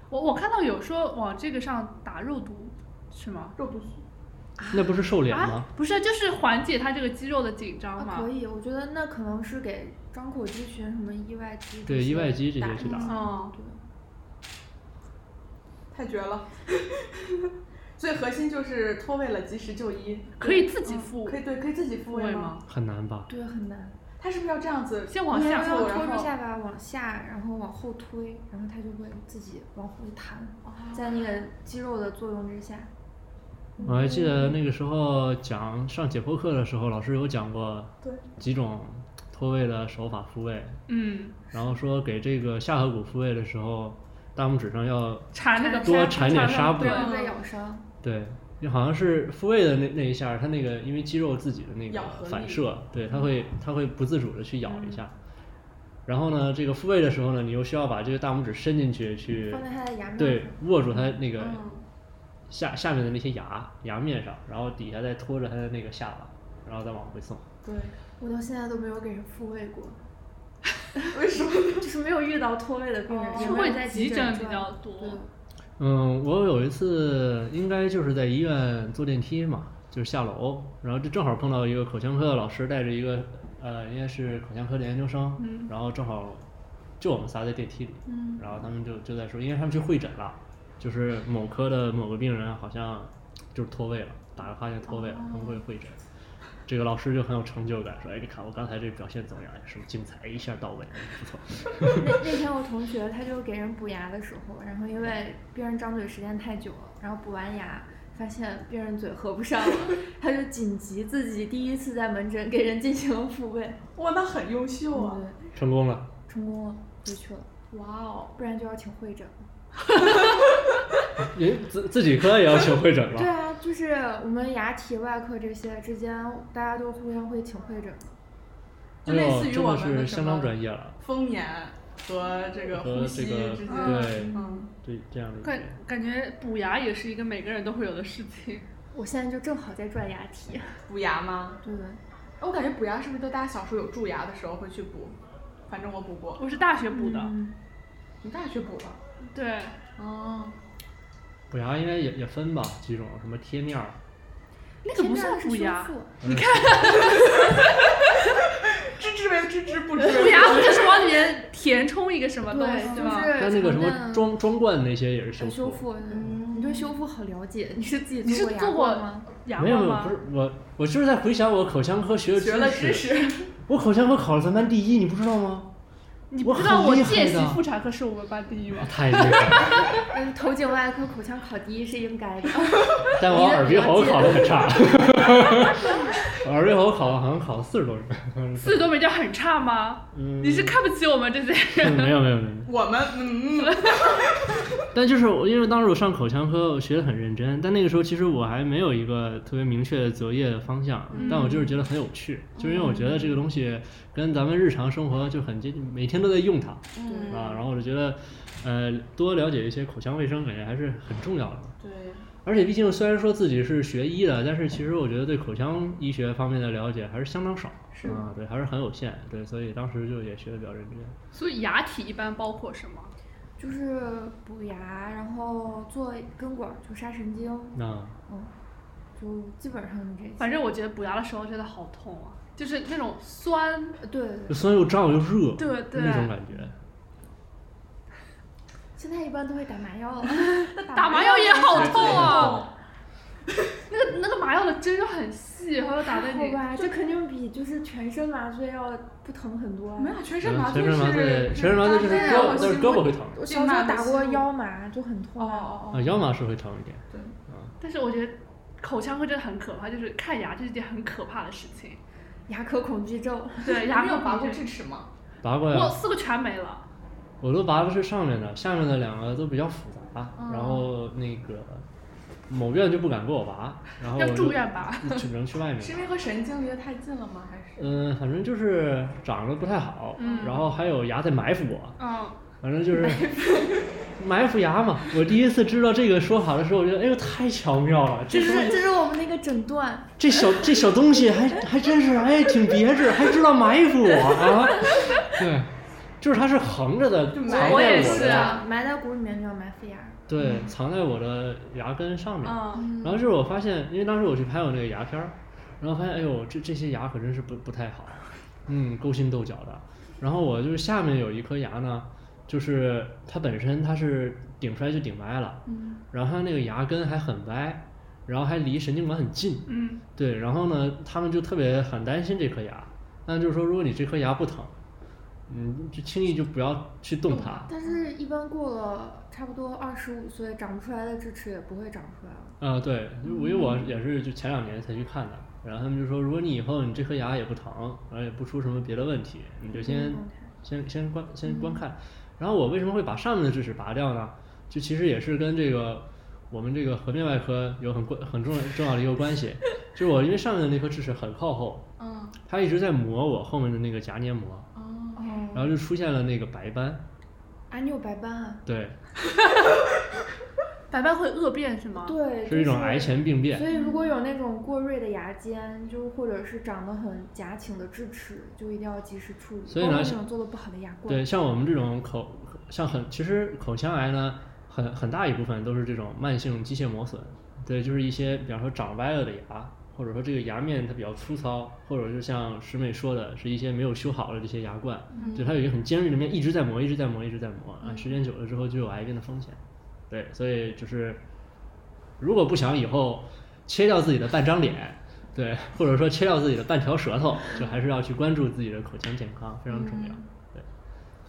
[SPEAKER 3] 我我看到有说往这个上打肉毒，是吗？
[SPEAKER 6] 肉毒素。
[SPEAKER 5] 那不是瘦脸吗
[SPEAKER 3] 啊？，不是，就是缓解他这个肌肉的紧张
[SPEAKER 4] 啊，
[SPEAKER 3] 嘛。
[SPEAKER 4] 可以，我觉得那可能是给张口肌群、什么意外肌这
[SPEAKER 5] 对
[SPEAKER 4] 些
[SPEAKER 5] 意外肌这些去
[SPEAKER 4] 打
[SPEAKER 5] 打
[SPEAKER 4] 一下。
[SPEAKER 3] 哦
[SPEAKER 4] 对，
[SPEAKER 6] 太绝了！ 最核心就是脱位了及时就医，
[SPEAKER 3] 可以自己复
[SPEAKER 6] 嗯嗯可以对，可以自己复位
[SPEAKER 3] 位
[SPEAKER 6] 吗？
[SPEAKER 3] 吗？
[SPEAKER 5] 很难吧？
[SPEAKER 4] 对，很难。
[SPEAKER 6] 它是不是要这样子
[SPEAKER 3] 先往下
[SPEAKER 6] 捏
[SPEAKER 4] 然
[SPEAKER 6] 住
[SPEAKER 4] 后
[SPEAKER 6] 然
[SPEAKER 4] 拖住
[SPEAKER 6] 后
[SPEAKER 4] 下巴往下，然后往后推，然后它就会自己往回弹，在那个肌肉的作用之下，
[SPEAKER 5] 我还记得那个时候讲上解剖课的时候，老师有讲过
[SPEAKER 6] 对
[SPEAKER 5] 几种脱位的手法复位，
[SPEAKER 3] 嗯，
[SPEAKER 5] 然后说给这个下颌骨复位的时候，大拇指上要
[SPEAKER 3] 缠那个
[SPEAKER 5] 多缠点纱布
[SPEAKER 4] 不
[SPEAKER 3] 对
[SPEAKER 4] 然会被咬伤。
[SPEAKER 5] 对，就好像是复位的那那一下儿，它那个因为肌肉自己的那个
[SPEAKER 6] 咬合力
[SPEAKER 5] 反射，对，它
[SPEAKER 4] 嗯
[SPEAKER 5] 会它会不自主的去咬一下。然后呢，这个复位的时候呢，你又需要把这个大拇指伸进去去
[SPEAKER 4] 放，在它的牙面
[SPEAKER 5] 对
[SPEAKER 4] 上，
[SPEAKER 5] 握住它那个
[SPEAKER 6] 嗯
[SPEAKER 5] 下下面的那些牙牙面上，然后底下再拖着它的那个下巴，然后再往回送。
[SPEAKER 6] 对，
[SPEAKER 4] 我到现在都没有给人复位过，
[SPEAKER 6] 为什么？
[SPEAKER 4] 就是没有遇到脱位的病人，
[SPEAKER 6] 哦
[SPEAKER 4] 也
[SPEAKER 3] 是
[SPEAKER 4] 没
[SPEAKER 3] 会
[SPEAKER 4] 有在
[SPEAKER 3] 急
[SPEAKER 4] 诊
[SPEAKER 3] 诊比
[SPEAKER 4] 转
[SPEAKER 3] 较多
[SPEAKER 4] 对
[SPEAKER 5] 嗯，我有一次应该就是在医院坐电梯嘛，就是下楼，然后就正好碰到一个口腔科的老师带着一个呃，应该是口腔科的研究生，然后正好就我们仨在电梯里，然后他们就就在说，因为他们去会诊了，就是某科的某个病人好像就是脱位了，打个哈欠脱位了，他们会会诊。这个老师就很有成就感，说：“哎，你看我刚才这表现怎么样？哎，是不是精彩？一下到位，哎不错。”
[SPEAKER 4] 那那天我同学他就给人补牙的时候，然后因为病人张嘴时间太久了，然后补完牙发现病人嘴合不上了，他就紧急自己第一次在门诊给人进行了复位，
[SPEAKER 6] 哇，那很优秀啊！
[SPEAKER 4] 对，
[SPEAKER 5] 成功了。
[SPEAKER 4] 成功了，回去了，
[SPEAKER 6] 哇哦，
[SPEAKER 4] 不然就要请会诊了。
[SPEAKER 5] 人自自己科也要求会诊
[SPEAKER 4] 对
[SPEAKER 5] 了。
[SPEAKER 4] 啊，就是我们牙体外科这些之间，大家都互相会请会诊。
[SPEAKER 6] 就
[SPEAKER 5] 哎呦
[SPEAKER 6] 类似于
[SPEAKER 5] 真
[SPEAKER 6] 我
[SPEAKER 5] 的
[SPEAKER 6] 们
[SPEAKER 5] 是
[SPEAKER 6] 的
[SPEAKER 5] 相当专业了，
[SPEAKER 6] 风眼和这个
[SPEAKER 5] 和
[SPEAKER 6] 呼
[SPEAKER 5] 这
[SPEAKER 6] 吸
[SPEAKER 5] 个
[SPEAKER 6] 之间，
[SPEAKER 5] 对
[SPEAKER 6] 嗯，
[SPEAKER 5] 对这样的一
[SPEAKER 3] 感
[SPEAKER 5] 个。
[SPEAKER 3] 感觉补牙也是一个每个人都会有的事情。
[SPEAKER 4] 我现在就正好在转牙体，
[SPEAKER 6] 补牙吗？
[SPEAKER 4] 对，
[SPEAKER 6] 我感觉补牙是不是都大家小时候有蛀牙的时候会去补？反正我补过，
[SPEAKER 3] 我是大学补的，
[SPEAKER 4] 嗯
[SPEAKER 6] 你大学补的？
[SPEAKER 3] 对，
[SPEAKER 6] 哦，
[SPEAKER 5] 补牙应该也也分吧，几种什么贴面儿，
[SPEAKER 3] 那个不算
[SPEAKER 4] 是
[SPEAKER 3] 补牙，
[SPEAKER 5] 你看
[SPEAKER 6] 知之为知之，不知为
[SPEAKER 3] 补牙不就是往里面填充一个什么东
[SPEAKER 4] 对，
[SPEAKER 3] 西
[SPEAKER 4] 就
[SPEAKER 3] 吗？
[SPEAKER 4] 是
[SPEAKER 5] 像那个什么
[SPEAKER 4] 常见
[SPEAKER 5] 装装罐那些也是
[SPEAKER 4] 呃
[SPEAKER 5] 修
[SPEAKER 4] 修
[SPEAKER 5] 复。
[SPEAKER 4] 复，你对修复好了解，你是自己
[SPEAKER 3] 你是
[SPEAKER 4] 牙
[SPEAKER 3] 做
[SPEAKER 4] 过
[SPEAKER 3] 过
[SPEAKER 4] 吗？
[SPEAKER 3] 牙
[SPEAKER 5] 没有没有，
[SPEAKER 3] 吗
[SPEAKER 5] 不？是我，我就是在回想我口腔科学的
[SPEAKER 6] 学了知
[SPEAKER 5] 识。
[SPEAKER 6] 识，
[SPEAKER 5] 我口腔科考了咱班第一，你不知道吗？
[SPEAKER 3] 你
[SPEAKER 5] 我
[SPEAKER 3] 不知道
[SPEAKER 5] 很
[SPEAKER 3] 我
[SPEAKER 5] 厉害
[SPEAKER 3] 见习
[SPEAKER 5] 的
[SPEAKER 3] 妇产科是我们班第一吗？
[SPEAKER 5] 啊太厉害了！
[SPEAKER 4] 嗯，头颈外科口腔考第一是应该的。
[SPEAKER 5] 但我耳鼻喉考的很差， 我耳鼻喉考了好像考了四十多人。
[SPEAKER 3] 四十多没叫很差吗？
[SPEAKER 5] 嗯
[SPEAKER 3] 你是看不起我们这些人？
[SPEAKER 5] 嗯没有没有没有，
[SPEAKER 6] 我们嗯，
[SPEAKER 5] 但就是我，因为当时我上口腔科，我学的很认真，但那个时候其实我还没有一个特别明确的择业的方向，但我就是觉得很有趣，就是因为我觉得这个东西跟咱们日常生活就很接近，每天都在用它，
[SPEAKER 6] 嗯
[SPEAKER 5] 啊，然后我就觉得，呃，多了解一些口腔卫生，感觉还是很重要的。
[SPEAKER 6] 对，
[SPEAKER 5] 而且毕竟虽然说自己是学医的，但是其实我觉得对口腔医学方面的了解还是相当少，
[SPEAKER 6] 是
[SPEAKER 5] 啊，对，还是很有限，对，所以当时就也学的比较认真。
[SPEAKER 3] 所以牙体一般包括什么？
[SPEAKER 4] 就是补牙，然后做根管，就杀神经，
[SPEAKER 5] 那
[SPEAKER 4] 嗯，就基本上就这些。
[SPEAKER 3] 反正我觉得补牙的时候真的好痛啊，就是那种酸。
[SPEAKER 4] 呃对，对
[SPEAKER 5] 就
[SPEAKER 4] 对
[SPEAKER 5] 虽然又胀又热，
[SPEAKER 3] 对对，
[SPEAKER 5] 那种感觉。
[SPEAKER 4] 现在一般都会打麻 药了
[SPEAKER 3] 打麻药也好痛
[SPEAKER 5] 哦
[SPEAKER 3] 啊！那个那个麻药的针就很细，然后打在
[SPEAKER 4] 好
[SPEAKER 3] 你
[SPEAKER 4] 吧，这肯定比就是全身麻醉要不疼很多啊。
[SPEAKER 6] 没有全身
[SPEAKER 5] 全
[SPEAKER 6] 麻
[SPEAKER 5] 全
[SPEAKER 6] 醉
[SPEAKER 5] 身嗯麻醉
[SPEAKER 6] 是，
[SPEAKER 5] 全身麻醉就是
[SPEAKER 6] 对
[SPEAKER 5] 胳
[SPEAKER 6] 啊
[SPEAKER 5] 膊，
[SPEAKER 6] 我
[SPEAKER 5] 但是
[SPEAKER 6] 心
[SPEAKER 5] 胳膊
[SPEAKER 6] 里
[SPEAKER 5] 会疼
[SPEAKER 4] 我
[SPEAKER 6] 最
[SPEAKER 4] 小时
[SPEAKER 6] 慢
[SPEAKER 4] 候
[SPEAKER 6] 的
[SPEAKER 4] 打过
[SPEAKER 6] 心
[SPEAKER 4] 腰麻，就很痛
[SPEAKER 6] 哦
[SPEAKER 4] 啊。
[SPEAKER 6] 哦
[SPEAKER 5] 啊，
[SPEAKER 6] 哦，
[SPEAKER 5] 腰麻是会疼一点。
[SPEAKER 6] 对，
[SPEAKER 3] 但是我觉得口腔科真的很可怕，就是看牙这是一件很可怕的事情。
[SPEAKER 4] 牙科恐惧症，
[SPEAKER 3] 对，牙
[SPEAKER 6] 你
[SPEAKER 3] 科
[SPEAKER 6] 有拔过
[SPEAKER 3] 比这
[SPEAKER 6] 智齿吗？
[SPEAKER 5] 拔过
[SPEAKER 3] 我
[SPEAKER 5] 呀，
[SPEAKER 3] 四个全没了。
[SPEAKER 5] 我都拔的是上面的，下面的两个都比较复杂。然后那个某院就不敢给我拔，然后
[SPEAKER 3] 要
[SPEAKER 5] 我就
[SPEAKER 3] 住院拔，
[SPEAKER 5] 就只能去外面
[SPEAKER 6] 是
[SPEAKER 5] 拔
[SPEAKER 6] 因。为和神经离得太近了吗？还是
[SPEAKER 5] 嗯，反正就是长得不太好，
[SPEAKER 3] 嗯
[SPEAKER 5] 然后还有牙在埋伏我，
[SPEAKER 3] 嗯，
[SPEAKER 5] 反正就是埋伏牙嘛。我第一次知道这个说法的时候，我觉得哎呦太巧妙了，这
[SPEAKER 4] 这
[SPEAKER 5] 东
[SPEAKER 4] 是
[SPEAKER 5] 西
[SPEAKER 4] 这是我们那个诊断。
[SPEAKER 5] 这小这小东西还还真是哎挺别致，还知道埋伏我啊！对，就是它是横着的，藏在
[SPEAKER 3] 我也
[SPEAKER 5] 我
[SPEAKER 3] 是
[SPEAKER 5] 的
[SPEAKER 3] 啊
[SPEAKER 4] 埋在骨里面就要埋肺炎。
[SPEAKER 5] 对，藏在我的牙根上面。
[SPEAKER 3] 嗯，
[SPEAKER 5] 然后就是我发现，因为当时我去拍我那个牙片儿，然后发现哎呦，这这些牙可真是不不太好，嗯，勾心斗角的。然后我就是下面有一颗牙呢，就是它本身它是顶出来就顶歪了，嗯，然后它那个牙根还很歪，然后还离神经管很近，
[SPEAKER 3] 嗯，
[SPEAKER 5] 对，然后呢，他们就特别很担心这颗牙，但就是说，如果你这颗牙不疼，嗯，就轻易就不要去动它。
[SPEAKER 4] 但是，一般过了差不多二十五岁，长不出来的智齿也不会长出来了。
[SPEAKER 5] 啊，对，因为我也是就前两年才去看的，然后他们就说，如果你以后你这颗牙也不疼，然后也不出什么别的问题，你就先、
[SPEAKER 4] 嗯
[SPEAKER 5] 先先观先观看。然后我为什么会把上面的智齿拔掉呢？就其实也是跟这个我们这个颌面外科有很关很重重要的一个关系。 就是我因为上面的那颗智齿很靠后，
[SPEAKER 6] 嗯，
[SPEAKER 5] 它一直在磨我后面的那个颊黏膜，
[SPEAKER 6] 哦，
[SPEAKER 4] 哦，
[SPEAKER 5] 然后就出现了那个白斑。
[SPEAKER 4] 啊，你有白斑啊？
[SPEAKER 5] 对，
[SPEAKER 3] 白斑会恶变是吗？
[SPEAKER 4] 对，
[SPEAKER 5] 是一种癌
[SPEAKER 4] 就是
[SPEAKER 5] 前病变。
[SPEAKER 4] 所以，如果有那种过锐的牙尖，就或者是长得很夹挺的智齿，就一定要及时处理。
[SPEAKER 5] 所以
[SPEAKER 4] 包括
[SPEAKER 5] 呢
[SPEAKER 4] 那种做的不好的牙冠，
[SPEAKER 5] 对，像我们这种口，像很其实口腔癌呢，很很大一部分都是这种慢性机械磨损。对，就是一些比方说长歪了的牙，或者说这个牙面它比较粗糙，或者就像师妹说的，是一些没有修好的这些牙冠，就它有一个很尖锐的面，一直在磨，一直在磨，一直在磨，啊，时间久了之后就有癌变的风险。对，所以就是如果不想以后切掉自己的半张脸。对，或者说切掉自己的半条舌头，就还是要去关注自己的口腔健康，非常重要。对。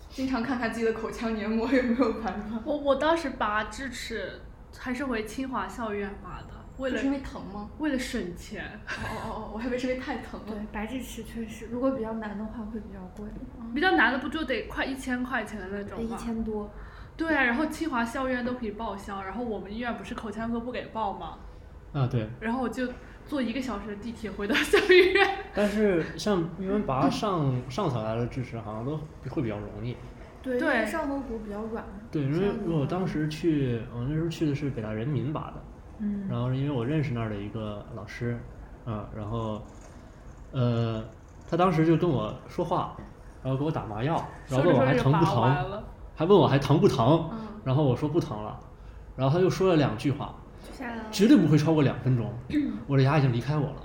[SPEAKER 6] 经常看看自己的口腔黏膜有没有白 斑，
[SPEAKER 3] 我我当时拔智齿还是回清华校医院拔的，为
[SPEAKER 6] 就是因
[SPEAKER 3] 了
[SPEAKER 6] 为疼吗？
[SPEAKER 3] 为了省钱，
[SPEAKER 6] 哦哦哦哦，我还以为是因为太疼了。
[SPEAKER 4] 对白智齿确实，如果比较难的话会比较贵，
[SPEAKER 3] 比较难的不就得快一千块钱的那
[SPEAKER 4] 得
[SPEAKER 3] 种
[SPEAKER 4] 一
[SPEAKER 3] 吗？
[SPEAKER 4] 千多。
[SPEAKER 3] 对啊，然后清华校医院都可以报销，然后我们医院不是口腔科不给报吗？
[SPEAKER 5] 啊，对，
[SPEAKER 3] 然后我就坐一个小时的地铁回到校医院。
[SPEAKER 5] 但是像因为拔上上槽牙的智齿好像都会比较容易。
[SPEAKER 4] 对，因
[SPEAKER 3] 对
[SPEAKER 4] 为上颌骨比较软嘛。
[SPEAKER 5] 对，因为
[SPEAKER 4] 像
[SPEAKER 5] 我当时去，我那时候去的是北大人民拔的，
[SPEAKER 4] 嗯，
[SPEAKER 5] 然后因为我认识那儿的一个老师，啊，然后，呃，他当时就跟我说话，然后给我打麻药，然后问我还疼不
[SPEAKER 3] 说着说着就拔完
[SPEAKER 5] 疼，
[SPEAKER 3] 了
[SPEAKER 5] 还问我还疼不疼，
[SPEAKER 6] 嗯
[SPEAKER 5] 然后我说不疼了，然后他又说了两句话，
[SPEAKER 4] 就下
[SPEAKER 3] 嗯
[SPEAKER 4] 来了。
[SPEAKER 5] 绝对不会超过两分钟，我的牙已经离开我了。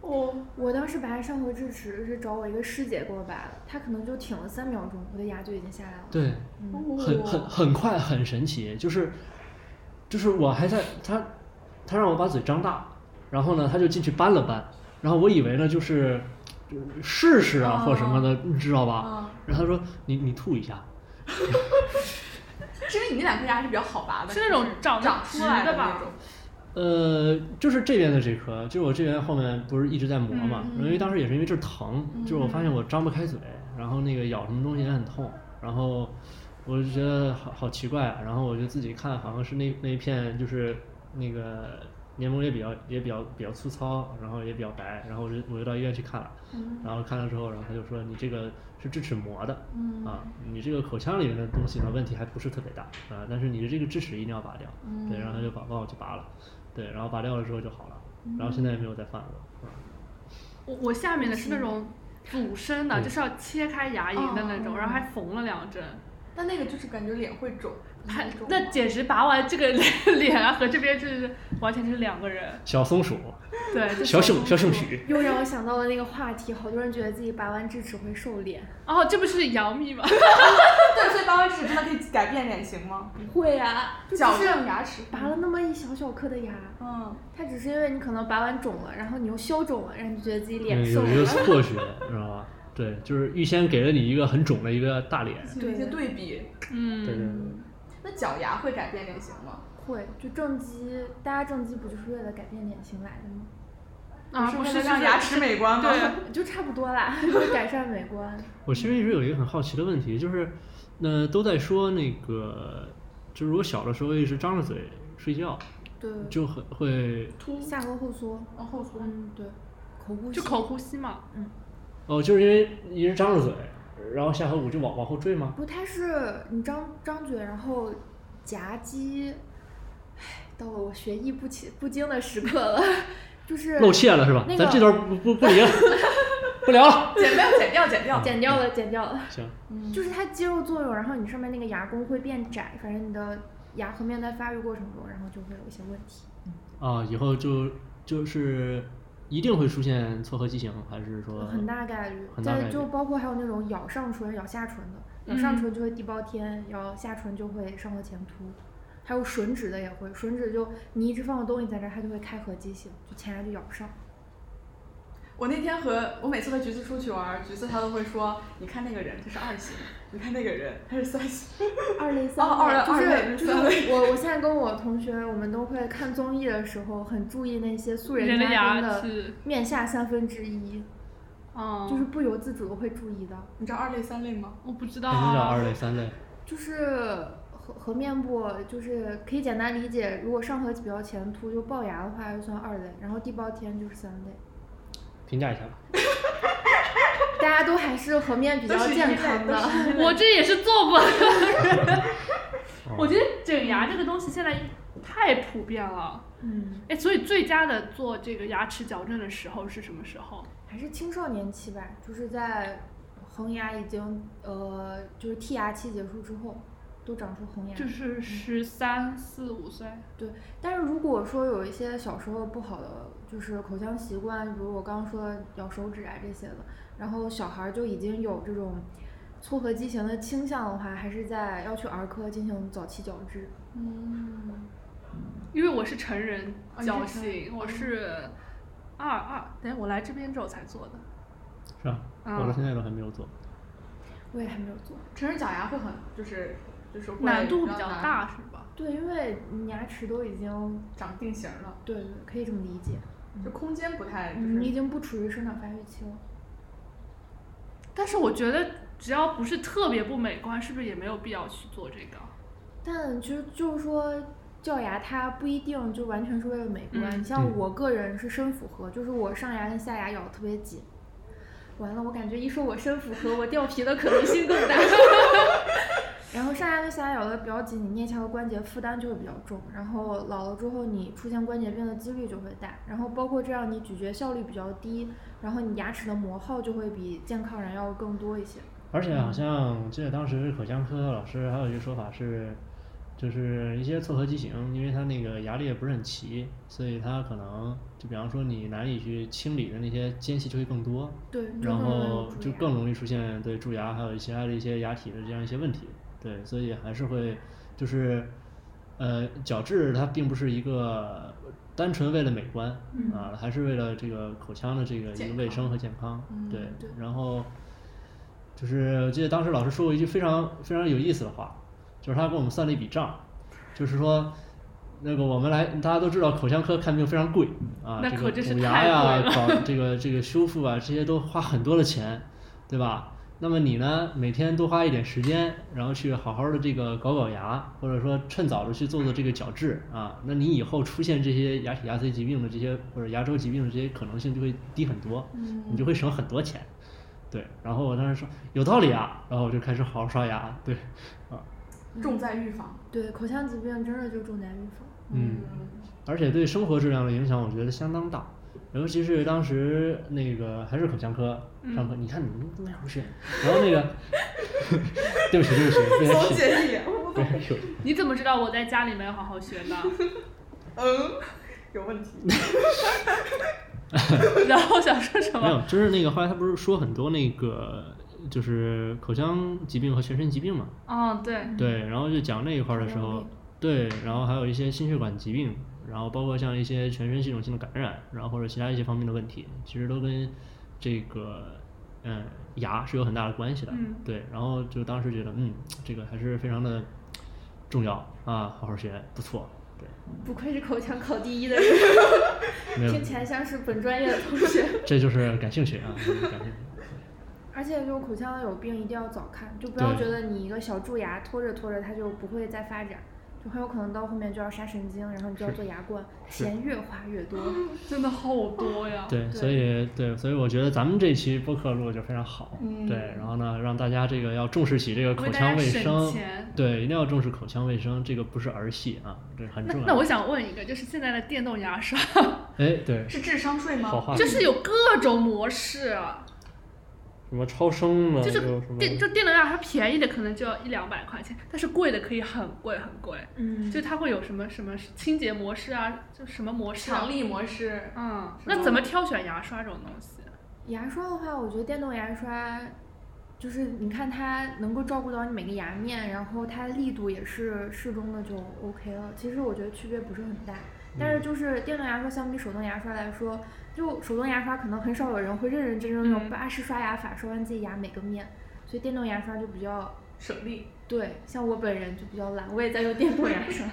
[SPEAKER 4] 我我当时拔上颌智齿是找我一个师姐给我拔的，她可能就挺了三秒钟，我的牙就已经下来了。
[SPEAKER 5] 对，
[SPEAKER 6] 哦
[SPEAKER 5] 很很很快，很神奇，就是就是我还在他他让我把嘴张大，然后呢他就进去扳了扳，然后我以为呢就是就是试试啊或什么的，你知道吧？
[SPEAKER 6] 嗯，
[SPEAKER 5] 然后他说你你吐一下，
[SPEAKER 6] 是因为你那两颗牙还是比较好拔的，
[SPEAKER 3] 是那种
[SPEAKER 6] 就
[SPEAKER 3] 长得
[SPEAKER 6] 长出来
[SPEAKER 3] 直的吧
[SPEAKER 6] 那种。
[SPEAKER 5] 呃，就是这边的这颗，就是我这边后面不是一直在磨嘛，因为当时也是因为这儿疼，就是我发现我张不开嘴，然后那个咬什么东西也很痛，然后我就觉得好好奇怪啊，然后我就自己看，好像是那那一片就是那个黏膜也比较也比较比较粗糙，然后也比较白，然后我就我就到医院去看了，然后看了之后，然后他就说你这个是智齿磨的，啊，你这个口腔里面的东西呢问题还不是特别大啊，但是你的这个智齿一定要拔掉，对，然后他就把帮我去拔了。对，然后拔掉了之后就好了，然后现在也没有再犯过。嗯
[SPEAKER 3] 我我下面的是那种阻生的，
[SPEAKER 5] 嗯
[SPEAKER 3] 就是要切开牙龈的那种，
[SPEAKER 6] 哦
[SPEAKER 3] 然后还缝了两针。
[SPEAKER 6] 但那个就是感觉脸会肿，
[SPEAKER 3] 还
[SPEAKER 6] 肿
[SPEAKER 3] 那简直拔完这个 脸啊和这边就是完全就是两个人，
[SPEAKER 5] 小松鼠，
[SPEAKER 3] 对，就
[SPEAKER 5] 小
[SPEAKER 3] 手
[SPEAKER 5] 熊，小熊。
[SPEAKER 3] 术
[SPEAKER 5] 许，
[SPEAKER 4] 又让我想到了那个话题，好多人觉得自己拔完智齿会瘦脸。
[SPEAKER 3] 哦，这不是杨幂吗？
[SPEAKER 6] 对，所以拔完智齿真的可以改变脸型吗？
[SPEAKER 4] 不会啊，就
[SPEAKER 6] 矫
[SPEAKER 4] 只
[SPEAKER 6] 正
[SPEAKER 4] 是
[SPEAKER 6] 牙齿。
[SPEAKER 4] 拔
[SPEAKER 5] 嗯
[SPEAKER 4] 了那么一小小颗的牙，
[SPEAKER 6] 嗯，
[SPEAKER 4] 它只是因为你可能拔完肿了，然后你又消肿了，然后你就觉得自己脸
[SPEAKER 5] 嗯，
[SPEAKER 4] 瘦
[SPEAKER 5] 有一个
[SPEAKER 4] 了。
[SPEAKER 5] 错觉，知道吧？对，就是预先给了你一个很肿的一个大脸。
[SPEAKER 6] 有一些对比。
[SPEAKER 5] 对对
[SPEAKER 3] 嗯，
[SPEAKER 5] 对，
[SPEAKER 6] 那脚牙会改变脸型吗？
[SPEAKER 4] 会，就正畸，大家正畸不就是为了改变脸型来的吗？
[SPEAKER 3] 啊，
[SPEAKER 6] 是
[SPEAKER 3] 不
[SPEAKER 6] 为
[SPEAKER 3] 是
[SPEAKER 6] 了让牙齿美观吗？
[SPEAKER 3] 对
[SPEAKER 4] 就差不多啦， 就是改善美观。
[SPEAKER 5] 我其实一直有一个很好奇的问题，就是，呃，都在说那个，就是我小的时候一直张着嘴睡觉，
[SPEAKER 4] 对，
[SPEAKER 5] 就很会，
[SPEAKER 3] 凸，
[SPEAKER 4] 下颌后缩，
[SPEAKER 6] 往哦后缩。
[SPEAKER 4] 嗯，对，嗯口呼吸，
[SPEAKER 3] 就口呼吸嘛。
[SPEAKER 5] 哦，就是因为一直张着嘴，然后下颌骨就往往后坠吗？
[SPEAKER 4] 不，它是你张张嘴，然后夹击，唉，到了我学艺不起不精的时刻了， 就是
[SPEAKER 5] 露怯了是吧？
[SPEAKER 4] 那个
[SPEAKER 5] 咱这段不不不 理了，不聊了。
[SPEAKER 6] 剪掉，剪掉，剪掉。
[SPEAKER 4] 剪掉了，剪掉了，
[SPEAKER 5] 行，
[SPEAKER 4] 就是它肌肉作用，然后你上面那个牙弓会变窄，反正你的牙颌面在发育过程中，然后就会有一些问题。
[SPEAKER 5] 啊，以后就就是一定会出现错颌畸形，还是说
[SPEAKER 4] 很大概率，
[SPEAKER 5] 嗯很大概
[SPEAKER 4] 再
[SPEAKER 5] 率
[SPEAKER 4] 就包括还有那种咬上唇、咬下唇的，咬上唇就会地包天，咬下唇就会上颌前凸，还有吮指的也会，吮指就你一直放个东西在这儿，它就会开合畸形，就前牙就咬不上。
[SPEAKER 6] 我那天和我每次和橘子出去玩儿，橘子他都会说：“你看那个人，他是二型；你看那个人，他是三型。
[SPEAKER 4] 二类三
[SPEAKER 6] 哦二类
[SPEAKER 4] 类，就
[SPEAKER 6] 二类
[SPEAKER 4] 是就是
[SPEAKER 6] 三类
[SPEAKER 4] 我我现在跟我同学，我们都会看综艺的时候，很注意那些素
[SPEAKER 3] 人
[SPEAKER 4] 人
[SPEAKER 3] 的
[SPEAKER 4] 嘉
[SPEAKER 3] 牙
[SPEAKER 4] 宾的
[SPEAKER 3] 齿，
[SPEAKER 4] 面下三分之一，
[SPEAKER 3] 嗯，
[SPEAKER 4] 就是不由自主的会注意的，”
[SPEAKER 6] 你知道二类三类吗？
[SPEAKER 3] 我不知道
[SPEAKER 5] 肯定叫
[SPEAKER 3] 啊
[SPEAKER 5] 哎二，类三类。
[SPEAKER 4] 就是和和面部就是可以简单理解，如果上颌比较前凸，就龅牙的话就算二类，然后地包天就是三类。
[SPEAKER 5] 评价一下吧。
[SPEAKER 4] 大家都还是颌面比较
[SPEAKER 6] 都是一
[SPEAKER 4] 健
[SPEAKER 6] 类都
[SPEAKER 4] 康的，
[SPEAKER 6] 是一类
[SPEAKER 3] 我这也是做过。
[SPEAKER 5] 哦
[SPEAKER 3] 我觉得整牙这个东西现在太普遍了，
[SPEAKER 4] 嗯，
[SPEAKER 3] 哎，所以最佳的做这个牙齿矫正的时候是什么时候？
[SPEAKER 4] 还是青少年期吧，就是在恒牙已经呃就是剔牙期结束之后，都长出恒牙。
[SPEAKER 3] 就是十三四五岁，
[SPEAKER 4] 对，但是如果说有一些小时候不好的，就是口腔习惯，比如我刚刚说的咬手指啊这些的，然后小孩儿就已经有这种撮合畸形的倾向的话，还是在要去儿科进行早期矫治。
[SPEAKER 6] 嗯，
[SPEAKER 3] 因为我是成人
[SPEAKER 6] 哦你是
[SPEAKER 3] 矫
[SPEAKER 6] 成人
[SPEAKER 3] 形，我是二二，等我来这边之后才做的。
[SPEAKER 5] 是吧？
[SPEAKER 4] 啊
[SPEAKER 3] 嗯
[SPEAKER 5] 我到现在都还没有做。
[SPEAKER 4] 我也还没有做。
[SPEAKER 6] 成人假牙会很就是就是会
[SPEAKER 3] 难度比
[SPEAKER 6] 比
[SPEAKER 3] 较
[SPEAKER 6] 难，
[SPEAKER 3] 大是吧？
[SPEAKER 4] 对，因为你牙齿都已经
[SPEAKER 6] 长定型了，
[SPEAKER 4] 对对，可以这么理解。
[SPEAKER 6] 就空间不太就是。
[SPEAKER 4] 嗯，你已经不处于生长发育期了。
[SPEAKER 3] 但是我觉得只要不是特别不美观，是不是也没有必要去做这个？
[SPEAKER 4] 但其实就是说，掉牙它不一定就完全是为了美观。
[SPEAKER 3] 嗯
[SPEAKER 4] 你像
[SPEAKER 5] 嗯
[SPEAKER 4] 我个人是深符合，就是我上牙跟下牙咬得特别紧。完了，我感觉一说我深符合，我掉皮的可能性更大。 然后上牙跟下牙咬得比较紧，你颞下颌关节负担就会比较重，然后老了之后你出现关节病的几率就会大，然后包括这样你咀嚼效率比较低，然后你牙齿的磨耗就会比健康人要更多一些。
[SPEAKER 5] 而且好像我记得当时口腔科老师还有一个说法是，就是一些错颌畸形，因为它那个牙列不是很齐，所以它可能就比方说你难以去清理的那些间隙就会更多，
[SPEAKER 4] 对，你就
[SPEAKER 5] 然
[SPEAKER 4] 更容易有
[SPEAKER 5] 后
[SPEAKER 4] 蛀
[SPEAKER 5] 就
[SPEAKER 4] 牙
[SPEAKER 5] 更容易出现对蛀牙还有其他的一些牙体的这样一些问题。对，所以还是会就是，呃，矫治它并不是一个单纯为了美观、
[SPEAKER 4] 嗯
[SPEAKER 5] 啊，还是为了这个口腔的这个一
[SPEAKER 6] 健
[SPEAKER 5] 个
[SPEAKER 6] 康
[SPEAKER 5] 卫生和健康。
[SPEAKER 6] 嗯
[SPEAKER 5] 对
[SPEAKER 4] 对，
[SPEAKER 5] 然后就是我记得当时老师说过一句非常非常有意思的话，就是他给我们算了一笔账，就是说。那个我们来，大家都知道口腔科看病非常贵啊，
[SPEAKER 3] 那
[SPEAKER 5] 这
[SPEAKER 3] 可
[SPEAKER 5] 个
[SPEAKER 3] 真是
[SPEAKER 5] 补牙
[SPEAKER 3] 太
[SPEAKER 5] 呀、
[SPEAKER 3] 贵了
[SPEAKER 5] 搞这个这个修复啊，这些都花很多的钱，对吧？那么你呢，每天多花一点时间，然后去好好的这个搞搞牙，或者说趁早的去做做这个矫治啊，那你以后出现这些牙体牙髓疾病的这些或者牙周疾病的这些可能性就会低很多，
[SPEAKER 3] 嗯
[SPEAKER 5] 你就会省很多钱。对，然后我当时说有道理啊，然后我就开始好好刷牙，对，啊，
[SPEAKER 6] 重在预防。
[SPEAKER 4] 对，口腔疾病真的就重在预防。
[SPEAKER 5] 嗯。而且对生活质量的影响，我觉得相当大。尤其是当时那个还是口腔科上课，你看你们都没有学，然后那个，对不起对不起，不
[SPEAKER 6] 总
[SPEAKER 5] 起，
[SPEAKER 6] 结一点，
[SPEAKER 5] 不该说，
[SPEAKER 3] 你怎么知道我在家里没有好好学 呢？
[SPEAKER 6] 嗯，有问题。
[SPEAKER 3] 然后想说什
[SPEAKER 5] 没有
[SPEAKER 3] 么？，
[SPEAKER 5] 就是那个后来他不是说很多那个就是口腔疾病和全身疾病嘛，
[SPEAKER 3] 嗯，对，
[SPEAKER 5] 对，然后就讲那一块儿的时候，对，然后还有一些心血管疾病，然后包括像一些全身系统性的感染，然后或者其他一些方面的问题，其实都跟这个嗯牙是有很大的关系的。
[SPEAKER 3] 嗯
[SPEAKER 5] 对，然后就当时觉得嗯，这个还是非常的重要啊，好好学，不错。对，
[SPEAKER 4] 不愧是口腔考第一的人，
[SPEAKER 5] 没有
[SPEAKER 4] 听，起来像是本专业的同学。
[SPEAKER 5] 这就是感兴趣啊，嗯感兴趣。
[SPEAKER 3] 哦
[SPEAKER 4] 而且就口腔有病一定要早看，就不要
[SPEAKER 5] 对
[SPEAKER 4] 觉得你一个小蛀牙拖着拖着它就不会再发展，就很有可能到后面就要杀神经，然后你就要
[SPEAKER 5] 是
[SPEAKER 4] 做牙冠，
[SPEAKER 5] 是
[SPEAKER 4] 钱越花越多。
[SPEAKER 3] 真的好多呀。
[SPEAKER 5] 对，所以对，所以我觉得咱们这期播客录的就非常好，对，然后呢，让大家这个要重视起这个口
[SPEAKER 3] 嗯为大
[SPEAKER 5] 腔
[SPEAKER 3] 家
[SPEAKER 5] 卫
[SPEAKER 3] 省
[SPEAKER 5] 生
[SPEAKER 3] 钱，
[SPEAKER 5] 对，一定要重视口腔卫生，这个不是儿戏啊，这很
[SPEAKER 3] 那
[SPEAKER 5] 重要。
[SPEAKER 3] 那我想问一个，就是现在的电动牙刷，
[SPEAKER 5] 哎，对，
[SPEAKER 6] 是智商税吗？
[SPEAKER 5] 好话
[SPEAKER 3] 就是有各种模式啊，
[SPEAKER 5] 什么超声呢？
[SPEAKER 3] 就是
[SPEAKER 5] 又什么
[SPEAKER 3] 电就电动牙刷便宜的可能就要一两百块钱，但是贵的可以很贵很贵，
[SPEAKER 4] 嗯，
[SPEAKER 3] 就它会有什么什么清洁模式啊，就什么模式啊
[SPEAKER 6] 强。力模式，
[SPEAKER 3] 嗯，
[SPEAKER 6] 什么
[SPEAKER 3] 那怎么挑选牙刷这种东西？啊
[SPEAKER 4] 牙刷的话，我觉得电动牙刷，就是你看它能够照顾到你每个牙面，然后它力度也是适中的就 OK 了。其实我觉得区别不是很大，
[SPEAKER 5] 嗯
[SPEAKER 4] 但是就是电动牙刷相比手动牙刷来说，就手动牙刷可能很少有人会认认真真用
[SPEAKER 3] 嗯
[SPEAKER 4] 巴氏刷牙法刷完自己牙每个面，所以电动牙刷就比较
[SPEAKER 6] 省力。
[SPEAKER 4] 对，像我本人就比较懒，我也在用电动牙 刷。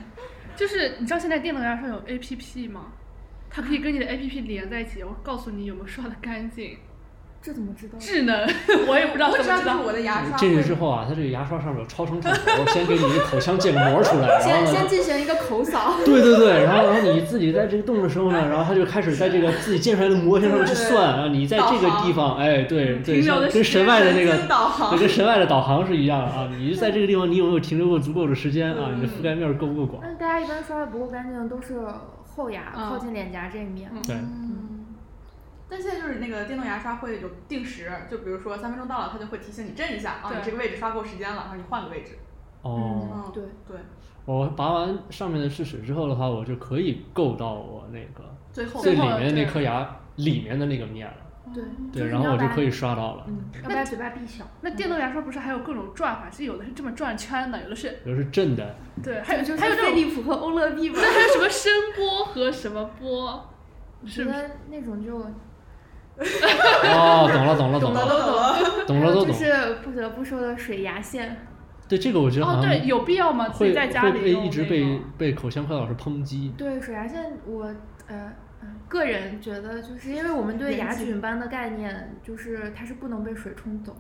[SPEAKER 3] 就是你知道现在电动牙刷有 APP 吗？它可以跟你的 APP 连在一起，我告诉你有没有刷的干净。
[SPEAKER 4] 这怎么知道？
[SPEAKER 3] 智能， 我也不知道
[SPEAKER 6] 我
[SPEAKER 3] 怎
[SPEAKER 6] 只
[SPEAKER 3] 么
[SPEAKER 6] 要
[SPEAKER 3] 知
[SPEAKER 6] 就是
[SPEAKER 3] 道。
[SPEAKER 6] 我的牙刷
[SPEAKER 5] 进去
[SPEAKER 6] 会
[SPEAKER 5] 之后啊，它这个牙刷上面有超声探头，先给你一个口腔建模出来，然
[SPEAKER 4] 先
[SPEAKER 5] 后
[SPEAKER 4] 先
[SPEAKER 5] 呢，
[SPEAKER 4] 进行一个 口扫，
[SPEAKER 5] 对对对，然后然后你自己在这个动的时候呢，然后它就开始在这个自己建出来的模型上面去
[SPEAKER 6] 对对对
[SPEAKER 5] 算，然后你在这个
[SPEAKER 6] 导航
[SPEAKER 5] 地方，哎，对对，
[SPEAKER 3] 停留
[SPEAKER 5] 像
[SPEAKER 3] 的时
[SPEAKER 5] 跟神外的那
[SPEAKER 6] 神
[SPEAKER 5] 个
[SPEAKER 6] 经导
[SPEAKER 5] 对，
[SPEAKER 6] 航。
[SPEAKER 5] 跟神外的导航是一样的啊！你在这个地方，你有没有停留过足够的时间啊？你的覆盖面儿够不够广？
[SPEAKER 4] 但是大家一般刷的不够干净的都是后牙，
[SPEAKER 6] 嗯
[SPEAKER 4] 靠近脸颊这一面。
[SPEAKER 3] 嗯
[SPEAKER 5] 对，
[SPEAKER 6] 嗯，但现在就是那个电动牙刷会有定时，就比如说三分钟到了，它就会提醒你震一下啊，
[SPEAKER 3] 对
[SPEAKER 6] 你这个位置刷够时间了，然后你换个位置。
[SPEAKER 5] 哦，
[SPEAKER 6] 嗯，
[SPEAKER 4] 对，
[SPEAKER 6] 对，
[SPEAKER 5] 我拔完上面的智齿之后的话，我就可以够到我那个
[SPEAKER 6] 最后
[SPEAKER 5] 最里
[SPEAKER 3] 后
[SPEAKER 5] 面的
[SPEAKER 3] 对
[SPEAKER 5] 那颗牙里面的那个面了，
[SPEAKER 4] 对，
[SPEAKER 5] 对，
[SPEAKER 4] 是
[SPEAKER 5] 然后
[SPEAKER 4] 要
[SPEAKER 5] 我就
[SPEAKER 4] 把
[SPEAKER 5] 可以刷到了。
[SPEAKER 4] 嗯，要把嘴巴闭小。
[SPEAKER 3] 那电动牙刷不是还有各种转法？其实有的是这么转圈的，有的是
[SPEAKER 5] 比如是震的，
[SPEAKER 3] 对，还有
[SPEAKER 4] 就是
[SPEAKER 3] 还有这
[SPEAKER 4] 飞
[SPEAKER 3] 种，
[SPEAKER 4] 利浦和欧乐 B 吧。
[SPEAKER 3] 那还有什么声波和什么波？
[SPEAKER 4] 我
[SPEAKER 3] 是
[SPEAKER 4] 觉
[SPEAKER 3] 不是
[SPEAKER 4] 得那种就
[SPEAKER 5] 哦，懂了，懂了，懂
[SPEAKER 6] 懂
[SPEAKER 5] 了，
[SPEAKER 6] 了懂了。
[SPEAKER 5] 懂
[SPEAKER 4] 还
[SPEAKER 5] 了
[SPEAKER 4] 有
[SPEAKER 5] 都
[SPEAKER 4] 就
[SPEAKER 5] 懂。
[SPEAKER 4] 是不得不说的水牙线，
[SPEAKER 5] 对这个，我觉得
[SPEAKER 3] 哦
[SPEAKER 5] 好，像
[SPEAKER 3] 对，有必要吗？自
[SPEAKER 5] 嗯会
[SPEAKER 3] 己在家
[SPEAKER 5] 会
[SPEAKER 3] 里嗯
[SPEAKER 5] 被
[SPEAKER 3] 用
[SPEAKER 5] 一直
[SPEAKER 3] 那
[SPEAKER 5] 被
[SPEAKER 3] 种
[SPEAKER 5] 被口腔科老师抨击。
[SPEAKER 4] 对水牙线我，呃呃个人觉得就是因为我们对
[SPEAKER 6] 严
[SPEAKER 4] 牙
[SPEAKER 6] 谨
[SPEAKER 4] 菌斑的概念，就是它是不能被水冲走的。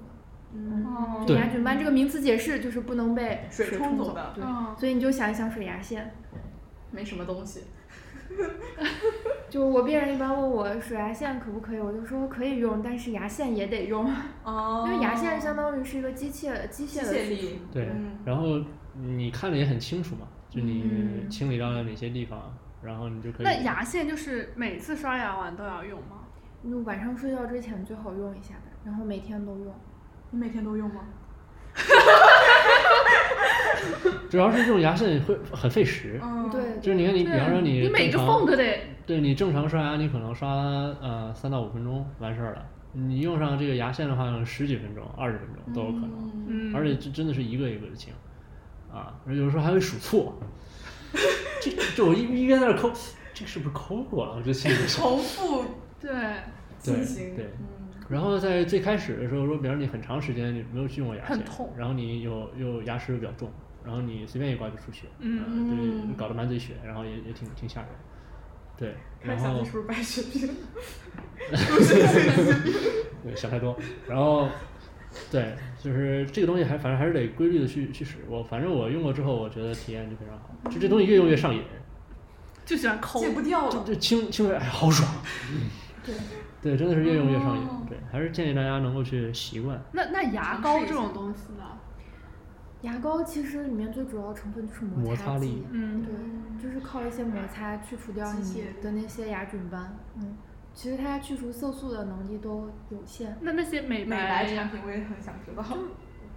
[SPEAKER 6] 嗯，
[SPEAKER 3] 哦
[SPEAKER 4] 就牙菌斑这个名词解释就是不能被
[SPEAKER 6] 水冲
[SPEAKER 4] 冲
[SPEAKER 6] 走
[SPEAKER 4] 走嗯
[SPEAKER 6] 的
[SPEAKER 4] 对，
[SPEAKER 3] 哦
[SPEAKER 4] 所以你就想一想水牙线。
[SPEAKER 6] 没什么东西。
[SPEAKER 4] 就我病人一般问我水牙线可不可以，我就说可以用，但是牙线也得用，
[SPEAKER 6] 哦，
[SPEAKER 4] 因为牙线相当于是一个机械机
[SPEAKER 6] 机
[SPEAKER 4] 械的
[SPEAKER 6] 械
[SPEAKER 4] 去
[SPEAKER 6] 力。
[SPEAKER 5] 对
[SPEAKER 6] 嗯，
[SPEAKER 5] 然后你看的也很清楚嘛，就你
[SPEAKER 4] 嗯
[SPEAKER 5] 清理到了哪些地方，然后你就可以。
[SPEAKER 3] 那牙线就是每次刷牙完都要用吗？
[SPEAKER 4] 嗯晚上睡觉之前最好用一下吧，然后每天都用。
[SPEAKER 6] 你每天都用吗？
[SPEAKER 5] 主要是这种牙线会很费时，
[SPEAKER 6] 嗯，
[SPEAKER 4] 对，
[SPEAKER 5] 就是你看你，比方说
[SPEAKER 3] 你每
[SPEAKER 5] 正
[SPEAKER 3] 个
[SPEAKER 5] 常，
[SPEAKER 3] 缝都得
[SPEAKER 5] 对你正常刷牙，你可能刷呃三到五分钟完事儿了，你用上这个牙线的话，十几分钟、二十分钟都有可能，
[SPEAKER 6] 嗯
[SPEAKER 3] 嗯，
[SPEAKER 5] 而且这真的是一个一个的清，啊，而有时候还会数错，这这我一一边在那儿抠，这个是不是抠过了？我就心里想，
[SPEAKER 6] 重复
[SPEAKER 3] 对，
[SPEAKER 6] 进行。
[SPEAKER 5] 对对
[SPEAKER 6] 嗯
[SPEAKER 5] 然后在最开始的时候，说比方你很长时间你没有去用过牙线
[SPEAKER 3] 很痛，
[SPEAKER 5] 然后你有有牙齿又比较重，然后你随便一刮就出血，
[SPEAKER 3] 嗯
[SPEAKER 5] 呃对，
[SPEAKER 6] 嗯
[SPEAKER 5] 搞得满嘴血，然后也也挺挺吓人，对，
[SPEAKER 6] 开
[SPEAKER 5] 然
[SPEAKER 6] 始想
[SPEAKER 5] 后
[SPEAKER 6] 这是不是白血 病？
[SPEAKER 5] 对想太多，然后对，就是这个东西还反正还是得规律的去去使，我反正我用过之后，我觉得体验就非常好，就这东西越用越上瘾，
[SPEAKER 3] 就喜欢抠
[SPEAKER 6] 戒不掉了。
[SPEAKER 5] 这清清水哎好爽，
[SPEAKER 4] 对
[SPEAKER 5] 对，真的是越用越上瘾
[SPEAKER 6] 哦，
[SPEAKER 5] 对，还是建议大家能够去习惯，
[SPEAKER 3] 那那牙膏这种东西呢？
[SPEAKER 4] 牙膏其实里面最主要成分就是
[SPEAKER 5] 摩
[SPEAKER 4] 擦
[SPEAKER 5] 擦力
[SPEAKER 4] 剂，
[SPEAKER 3] 嗯
[SPEAKER 4] 对，就是靠一些摩擦去除掉
[SPEAKER 6] 机
[SPEAKER 4] 你
[SPEAKER 6] 械
[SPEAKER 4] 的那些牙菌斑。嗯，其实它去除色素的能力都有限，
[SPEAKER 3] 那那些美
[SPEAKER 6] 美白
[SPEAKER 3] 呀
[SPEAKER 6] 产，品我也很想知道。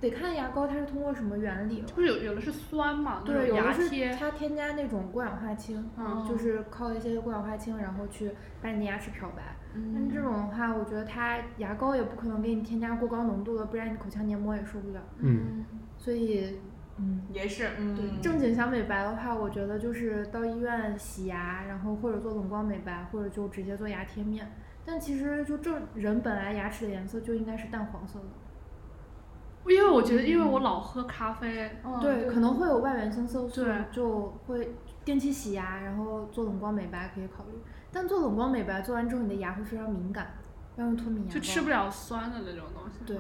[SPEAKER 4] 得看牙膏它是通过什么原理。
[SPEAKER 3] 不是有有的是酸嘛，那
[SPEAKER 4] 对，
[SPEAKER 3] 种
[SPEAKER 4] 有
[SPEAKER 3] 牙
[SPEAKER 4] 的
[SPEAKER 3] 贴
[SPEAKER 4] 是，它添加那种过氧化氢，
[SPEAKER 6] 嗯
[SPEAKER 4] 就是靠一些过氧化氢，然后去把你的牙齿漂白。
[SPEAKER 6] 嗯
[SPEAKER 4] 但这种的话，我觉得它牙膏也不可能给你添加过高浓度的，不然你口腔黏膜也受不了。
[SPEAKER 5] 嗯，
[SPEAKER 4] 所以，嗯，
[SPEAKER 6] 也是，嗯，
[SPEAKER 4] 正经想美白的话，我觉得就是到医院洗牙，然后或者做冷光美白，或者就直接做牙贴面。但其实就正人本来牙齿的颜色就应该是淡黄色的，
[SPEAKER 3] 因为我觉得因为
[SPEAKER 4] 嗯
[SPEAKER 3] 我老喝咖啡，
[SPEAKER 6] 嗯
[SPEAKER 4] 对，可能会有外源性色素
[SPEAKER 3] 哦对，
[SPEAKER 4] 就会定期洗牙，然后做冷光美白可以考虑。但做冷光美白做完之后，你的牙会非常敏感，要用脱敏牙
[SPEAKER 3] 就
[SPEAKER 4] 膏。
[SPEAKER 3] 吃不了酸的那种东西。
[SPEAKER 4] 对，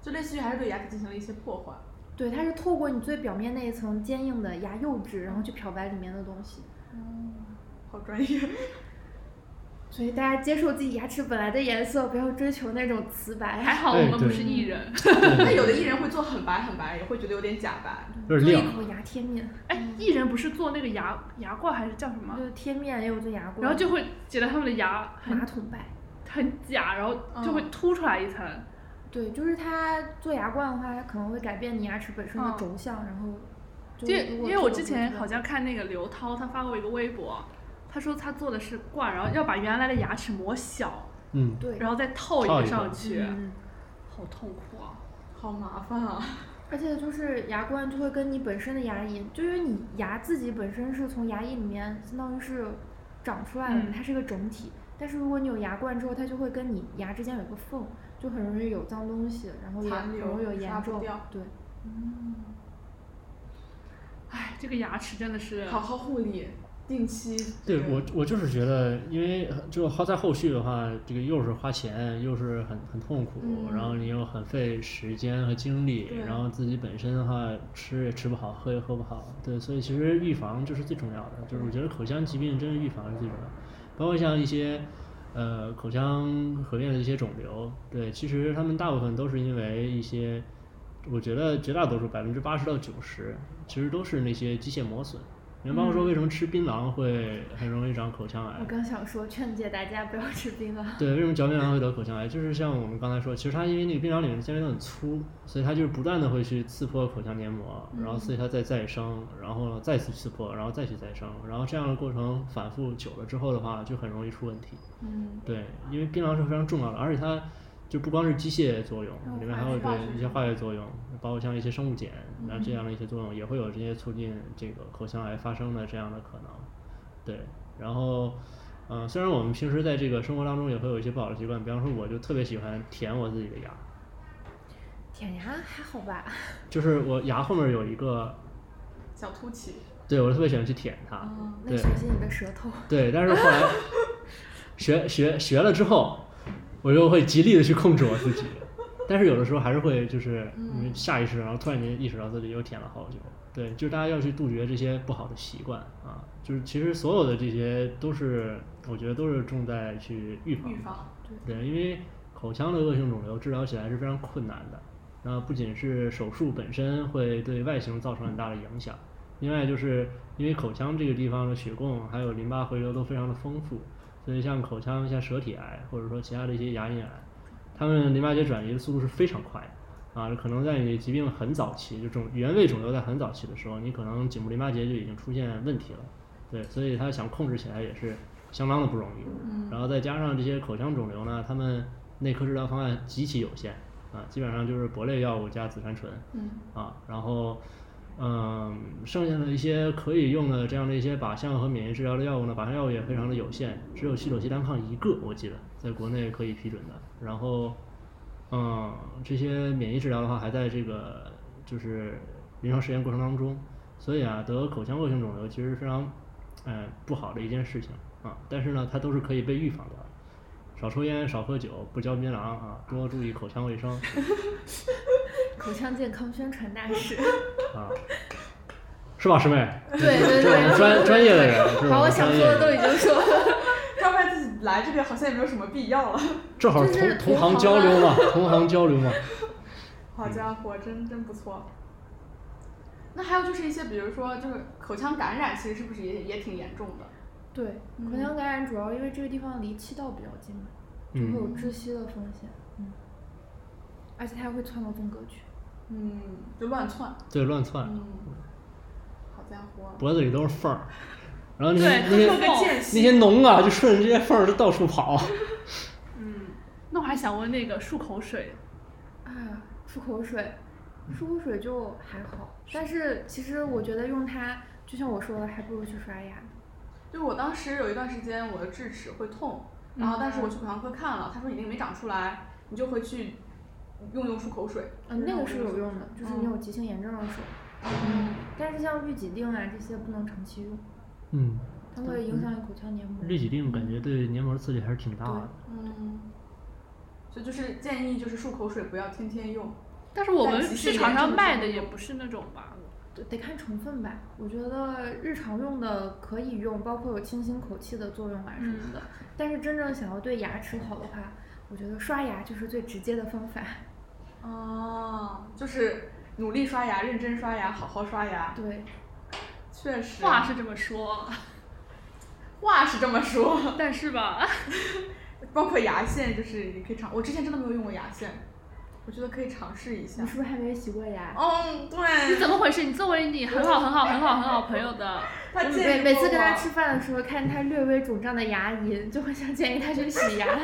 [SPEAKER 6] 就类似于还是对牙齿进行了一些破坏。
[SPEAKER 4] 对，它是透过你最表面那一层坚硬的牙釉质，然后去漂白里面的东西。
[SPEAKER 6] 好专业，
[SPEAKER 4] 所以大家接受自己牙齿本来的颜色，不要追求那种瓷白。
[SPEAKER 3] 还好
[SPEAKER 5] 对
[SPEAKER 3] 我们不
[SPEAKER 5] 对
[SPEAKER 3] 是艺人。
[SPEAKER 6] 但有的艺人会做很白很白，也会觉得有点假白。
[SPEAKER 5] 有
[SPEAKER 4] 做
[SPEAKER 5] 点亮
[SPEAKER 4] 一。口牙贴面，
[SPEAKER 3] 哎，艺人不是做那个牙牙冠还是叫什么？
[SPEAKER 4] 就是贴面也有做牙冠，
[SPEAKER 3] 然后就会觉得他们的牙
[SPEAKER 4] 马
[SPEAKER 3] 很
[SPEAKER 4] 桶白。
[SPEAKER 3] 很假，然后就会凸出来一层。
[SPEAKER 4] 对，就是它做牙冠的话，它可能会改变你牙齿本身的
[SPEAKER 3] 嗯
[SPEAKER 4] 轴向，然后就
[SPEAKER 3] 因
[SPEAKER 4] 如
[SPEAKER 3] 为
[SPEAKER 4] 果
[SPEAKER 3] 因为我
[SPEAKER 4] 做
[SPEAKER 3] 之
[SPEAKER 4] 做
[SPEAKER 3] 前
[SPEAKER 4] 做
[SPEAKER 3] 好像看那个刘涛，他发过一个微博，他说他做的是冠，然后要把原来的牙齿磨小，
[SPEAKER 5] 嗯，
[SPEAKER 4] 对，
[SPEAKER 3] 然后再套一
[SPEAKER 5] 套
[SPEAKER 3] 个
[SPEAKER 5] 一个
[SPEAKER 3] 上去，
[SPEAKER 4] 嗯
[SPEAKER 3] 好痛苦啊！
[SPEAKER 6] 好麻烦啊！
[SPEAKER 4] 而且就是牙冠就会跟你本身的牙龈，就因为你牙自己本身是从牙龈里面相当于是长出来的，
[SPEAKER 6] 嗯
[SPEAKER 4] 它是一个整体。但是如果你有牙冠之后，它就会跟你牙之间有一个缝，就很容易有脏东西，然后也
[SPEAKER 6] 残
[SPEAKER 4] 很
[SPEAKER 6] 留
[SPEAKER 4] 容易有
[SPEAKER 6] 刷
[SPEAKER 4] 炎
[SPEAKER 6] 不
[SPEAKER 4] 症
[SPEAKER 6] 掉。
[SPEAKER 4] 对，
[SPEAKER 3] 哎，这个牙齿真的是
[SPEAKER 6] 好好护理，定期
[SPEAKER 5] 对我，我就是觉得，因为就后在后续的话，这个又是花钱，又是很很痛苦，
[SPEAKER 4] 嗯
[SPEAKER 5] 然后你又很费时间和精力
[SPEAKER 6] 对，
[SPEAKER 5] 然后自己本身的话吃也吃不好，喝也喝不好，对，所以其实预防就是最重要的，就是我觉得口腔疾病真的预防是最重要的，包括像一些呃口腔合并的一些肿瘤，对，其实他们大部分都是因为一些。我觉得绝大多数百分之八十到九十，其实都是那些机械磨损。你包括说为什么吃槟榔会很容易长口腔癌
[SPEAKER 4] 嗯我？刚想说劝诫大家不要吃啊槟榔。
[SPEAKER 5] 对，为什么嚼槟榔会得口腔癌？就是像我们刚才说，其实它因为那个槟榔里面的纤维都很粗，所以它就是不断的会去刺破口腔黏膜，然后所
[SPEAKER 4] 嗯
[SPEAKER 5] 以它再再生，然后再次刺破，然后再去再生，然后这样的过程反复久了之后的话，就很容易出问题。
[SPEAKER 4] 嗯，
[SPEAKER 5] 对，因为槟榔是非常重要的，而且它就不光是机械作用，里面还有
[SPEAKER 6] 化学
[SPEAKER 5] 对一些化学作用，包括像一些生物碱，然后这样的一些作用也会有这些促进这个口腔癌发生的这样的可能。对，然后，嗯、虽然我们平时在这个生活当中也会有一些不好的习惯，比方说我就特别喜欢舔我自己的牙，
[SPEAKER 4] 舔牙还好 吧？
[SPEAKER 5] 就是我牙后面有一个，
[SPEAKER 6] 小凸起。
[SPEAKER 5] 对我特别喜欢去舔它。
[SPEAKER 4] 那
[SPEAKER 5] 对
[SPEAKER 4] 小心你的舌头。
[SPEAKER 5] 对，但是后来学学学了之后，我就会极力的去控制我自己，但是有的时候还是会就是嗯下意识，然后突然间意识到自己又舔了好久。对，就是大家要去杜绝这些不好的习惯啊，就是其实所有的这些都是我觉得都是重在去预防。
[SPEAKER 6] 预防
[SPEAKER 5] 对，因为口腔的恶性肿瘤治疗起来是非常困难的。那不仅是手术本身会对外形造成很大的影响，另外就是因为口腔这个地方的血供还有淋巴回流都非常的丰富，所以像口腔像舌体癌或者说其他的一些牙龈癌，它们淋巴结转移的速度是非常快的。啊，可能在你疾病很早期，就肿原位肿瘤在很早期的时候，你可能颈部淋巴结就已经出现问题了，对，所以它想控制起来也是相当的不容易。然后再加上这些口腔肿瘤呢，他们内科治疗方案极其有限啊，基本上就是铂类药物加紫杉醇，
[SPEAKER 6] 嗯
[SPEAKER 5] 啊，然后嗯，剩下的一些可以用的这样的一些靶向和免疫治疗的药物呢，靶向药物也非常的有限，只有西斗西单抗一个，我记得在国内可以批准的。然后嗯，这些免疫治疗的话，还在这个就是临床实验过程当中，所以啊，得口腔恶性肿瘤其实是非常，呃，不好的一件事情啊。但是呢，它都是可以被预防的，少抽烟，少喝酒，不嚼槟榔啊，多注意口腔卫生
[SPEAKER 4] 口腔健康宣传大 使。
[SPEAKER 5] 啊，是吧，师妹？
[SPEAKER 4] 对
[SPEAKER 5] 这
[SPEAKER 4] 对
[SPEAKER 5] 是我们
[SPEAKER 4] 对
[SPEAKER 5] 专专业的人，这是
[SPEAKER 4] 把我
[SPEAKER 5] 们
[SPEAKER 4] 想
[SPEAKER 5] 专
[SPEAKER 4] 说
[SPEAKER 5] 业
[SPEAKER 4] 的都
[SPEAKER 5] 人，
[SPEAKER 4] 已经说了。
[SPEAKER 6] 要不然自己来这边好像也没有什么必要了。
[SPEAKER 5] 正好
[SPEAKER 4] 就是
[SPEAKER 5] 同同
[SPEAKER 4] 同
[SPEAKER 5] 行
[SPEAKER 4] 行
[SPEAKER 5] 交
[SPEAKER 4] 啊
[SPEAKER 5] 流嘛，同行交流 嘛。
[SPEAKER 6] 好家伙，真真不错。那还有就是一些，比如说就是口腔感染，其实是不是也也挺严重的？
[SPEAKER 4] 对，口
[SPEAKER 6] 嗯
[SPEAKER 4] 腔感染主要因为这个地方离气道比较近嘛，就会有
[SPEAKER 5] 嗯，
[SPEAKER 4] 窒息的风险。嗯，而且它还会窜到纵隔区。
[SPEAKER 6] 嗯，就乱窜。
[SPEAKER 5] 对，乱窜，
[SPEAKER 6] 嗯，好家伙，
[SPEAKER 5] 脖子里都是缝儿，然后那些
[SPEAKER 3] 对，
[SPEAKER 5] 那些
[SPEAKER 3] 做个间
[SPEAKER 5] 那 些脓啊，就顺着这些缝儿就到处跑。
[SPEAKER 3] 嗯，那我还想问那个漱口水，
[SPEAKER 4] 啊，漱口水，漱口水就还好，但是其实我觉得用它，就像我说的，还不如去刷牙。
[SPEAKER 6] 就我当时有一段时间我的智齿会痛，然后但是我去口腔科看了，他说已经没长出来，你就回去用用漱口水。
[SPEAKER 4] 嗯，那个是有用的，就是你有
[SPEAKER 6] 嗯
[SPEAKER 4] 急性炎症的时候。
[SPEAKER 6] 嗯，
[SPEAKER 4] 但是像氯己定啊这些不能长期用，
[SPEAKER 5] 嗯，
[SPEAKER 4] 它会影响你口腔黏膜。
[SPEAKER 5] 氯己定感觉对黏膜刺激还是挺大
[SPEAKER 4] 对
[SPEAKER 5] 的。
[SPEAKER 6] 嗯，所以就是建议就是漱口水不要天天用。
[SPEAKER 3] 但是我们
[SPEAKER 6] 但其实
[SPEAKER 3] 市场上卖的
[SPEAKER 6] 严重的时候
[SPEAKER 3] 也不是那种吧？
[SPEAKER 4] 对得看成分吧，我觉得日常用的可以用，包括有清新口气的作用啊什么的。但是真正想要对牙齿好的话，我觉得刷牙就是最直接的方法。
[SPEAKER 6] 哦，就是努力刷牙，认真刷牙，好好刷牙。
[SPEAKER 4] 对，
[SPEAKER 6] 确实，
[SPEAKER 3] 话是这么说，
[SPEAKER 6] 话是这么说，
[SPEAKER 3] 但是吧，
[SPEAKER 6] 包括牙线，就是你可以尝。我之前真的没有用过牙线，我觉得可以尝试一下
[SPEAKER 4] 你。是不是还没洗过牙？
[SPEAKER 6] 嗯，
[SPEAKER 3] 你
[SPEAKER 6] 对，
[SPEAKER 3] 怎么回事？你作为你很好很好很好很好朋友的，
[SPEAKER 6] 他建议
[SPEAKER 4] 每每次跟他
[SPEAKER 6] 我
[SPEAKER 4] 吃饭的时候，看他略微肿胀的牙龈，就会想建议他去洗牙。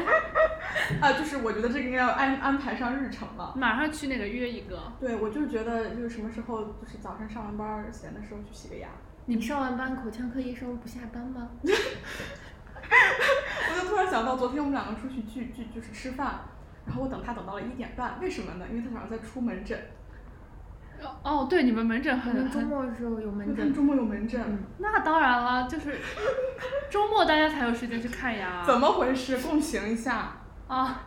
[SPEAKER 6] 啊，就是我觉得这个应该要安安排上日程了。
[SPEAKER 3] 马上去那个约一个。
[SPEAKER 6] 对，我就是觉得就是什么时候，就是早上上完班儿闲的时候去洗个牙。
[SPEAKER 4] 你上完班，口腔科医生不下班吗？
[SPEAKER 6] 我就突然想到，昨天我们两个出去聚聚就是吃饭，然后我等他等到了一点半，为什么呢？因为他早上在出门诊，
[SPEAKER 3] 哦，对，你们门诊
[SPEAKER 4] 我
[SPEAKER 3] 很
[SPEAKER 4] 们周
[SPEAKER 3] 很，
[SPEAKER 4] 末的时候
[SPEAKER 6] 因
[SPEAKER 4] 有
[SPEAKER 6] 为
[SPEAKER 4] 门
[SPEAKER 6] 他们
[SPEAKER 4] 诊，
[SPEAKER 6] 周末有门诊。
[SPEAKER 4] 嗯
[SPEAKER 3] 那当然了，就是周末大家才有时间去看牙
[SPEAKER 6] 怎么回事？共情一下。
[SPEAKER 3] 啊。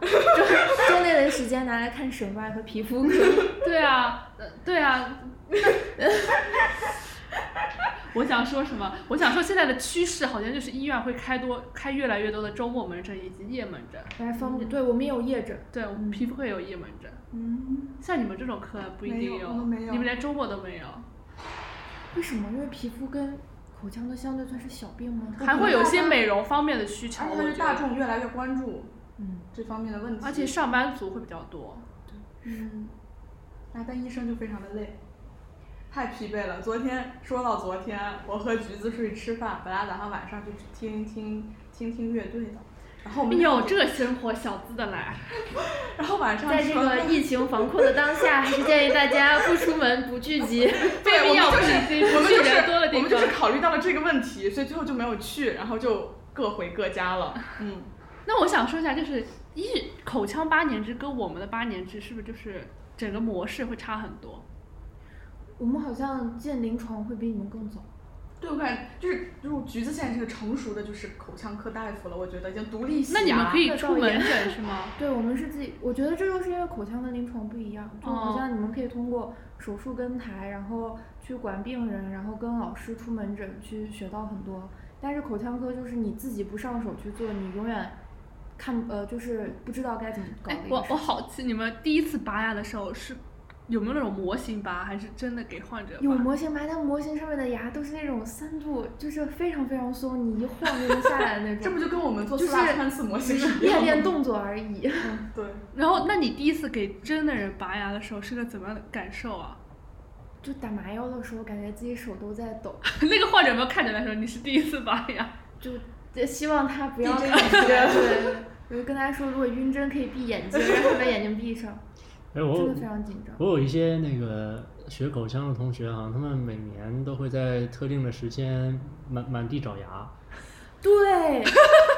[SPEAKER 4] 周内的时间拿来看神外和皮肤 科。
[SPEAKER 3] 对啊，呃对啊。 我想说什么？我想说现在的趋势好像就是医院会开多开越来越多的周末门诊以及夜门诊。
[SPEAKER 4] 来方便，对我们也有夜诊。
[SPEAKER 3] 对，我们皮肤科也有夜门诊，
[SPEAKER 6] 嗯，
[SPEAKER 3] 像你们这种科不一
[SPEAKER 6] 没
[SPEAKER 3] 定
[SPEAKER 6] 有我们没有
[SPEAKER 3] 你们连周末都没有。
[SPEAKER 4] 为什么？因为皮肤跟口腔都相对算是小病吗？
[SPEAKER 3] 还会有一些美容方面的需求，
[SPEAKER 6] 而且
[SPEAKER 3] 我
[SPEAKER 6] 还
[SPEAKER 3] 觉
[SPEAKER 6] 哎是大
[SPEAKER 3] 得，
[SPEAKER 6] 众越来越关注
[SPEAKER 4] 嗯
[SPEAKER 6] 这方面的问题。
[SPEAKER 3] 而且上班族会比较多。
[SPEAKER 6] 嗯，啊，但医生就非常的累，太疲惫了。昨天说到昨天，我和橘子出去吃饭，本来打算晚上去听听听听乐队的，然后我们
[SPEAKER 3] 有这生活，小资的来。
[SPEAKER 6] 然后晚上
[SPEAKER 4] 在这
[SPEAKER 6] 说
[SPEAKER 4] 个疫情防控的当下，还是建议大家不出门、不聚集。
[SPEAKER 6] 对，我
[SPEAKER 3] 必要
[SPEAKER 6] 们就
[SPEAKER 3] 不理
[SPEAKER 6] 是
[SPEAKER 3] 性
[SPEAKER 6] 我们
[SPEAKER 3] 去
[SPEAKER 6] 就是
[SPEAKER 3] 人多的地
[SPEAKER 6] 我们就是
[SPEAKER 3] 方
[SPEAKER 6] 考虑到了这个问题，所以最后就没有去，然后就各回各家了。嗯，
[SPEAKER 3] 那我想说一下，就是一口腔八年制跟我们的八年制是不是就是整个模式会差很多？
[SPEAKER 4] 我们好像进临床会比你们更早。
[SPEAKER 6] 对，我感觉就是就是橘子现在这个成熟的就是口腔科大夫了，我觉得已经独立洗
[SPEAKER 3] 那你们
[SPEAKER 6] 牙
[SPEAKER 3] 可以
[SPEAKER 4] 那
[SPEAKER 3] 出
[SPEAKER 4] 倒也
[SPEAKER 3] 门诊是吗？
[SPEAKER 4] 对，我们是自己，我觉得这就是因为口腔的临床不一样，就好
[SPEAKER 3] 哦
[SPEAKER 4] 像你们可以通过手术跟台，然后去管病人，然后跟老师出门诊去学到很多。但是口腔科就是你自己不上手去做，你永远看呃就是不知道该怎么搞
[SPEAKER 3] 哎
[SPEAKER 4] 的，一
[SPEAKER 3] 我
[SPEAKER 4] 个事
[SPEAKER 3] 我
[SPEAKER 4] 情。
[SPEAKER 3] 好奇你们第一次拔牙的时候是有没有那种模型拔，还是真的给患者拔？
[SPEAKER 4] 有模型吧，但模型上面的牙都是那种三度，就是非常非常松，你一晃就能下来的那 种。
[SPEAKER 6] 这不就跟我们做
[SPEAKER 4] 就
[SPEAKER 6] 四大
[SPEAKER 4] 是
[SPEAKER 6] 穿刺模型
[SPEAKER 4] 是
[SPEAKER 6] 是一样
[SPEAKER 4] 练
[SPEAKER 6] 的吗嗯
[SPEAKER 4] 练动作而已。
[SPEAKER 6] 对。
[SPEAKER 3] 然后，那你第一次给真的人拔牙的时候是个怎么样的感受啊？
[SPEAKER 4] 就打麻药的时候，感觉自己手都在抖，
[SPEAKER 3] 那个患者有没有看着来说你是第一次拔牙？
[SPEAKER 4] 就呃希望他不要
[SPEAKER 6] 闭着
[SPEAKER 4] 感觉。
[SPEAKER 6] 眼睛
[SPEAKER 4] 对，我就跟他说，如果晕针可以闭眼睛，让他把眼睛闭上，
[SPEAKER 5] 哎，我
[SPEAKER 4] 真的非常紧张。
[SPEAKER 5] 我有一些那个学口腔的同学哈、他们每年都会在特定的时间满满地找牙。
[SPEAKER 4] 对，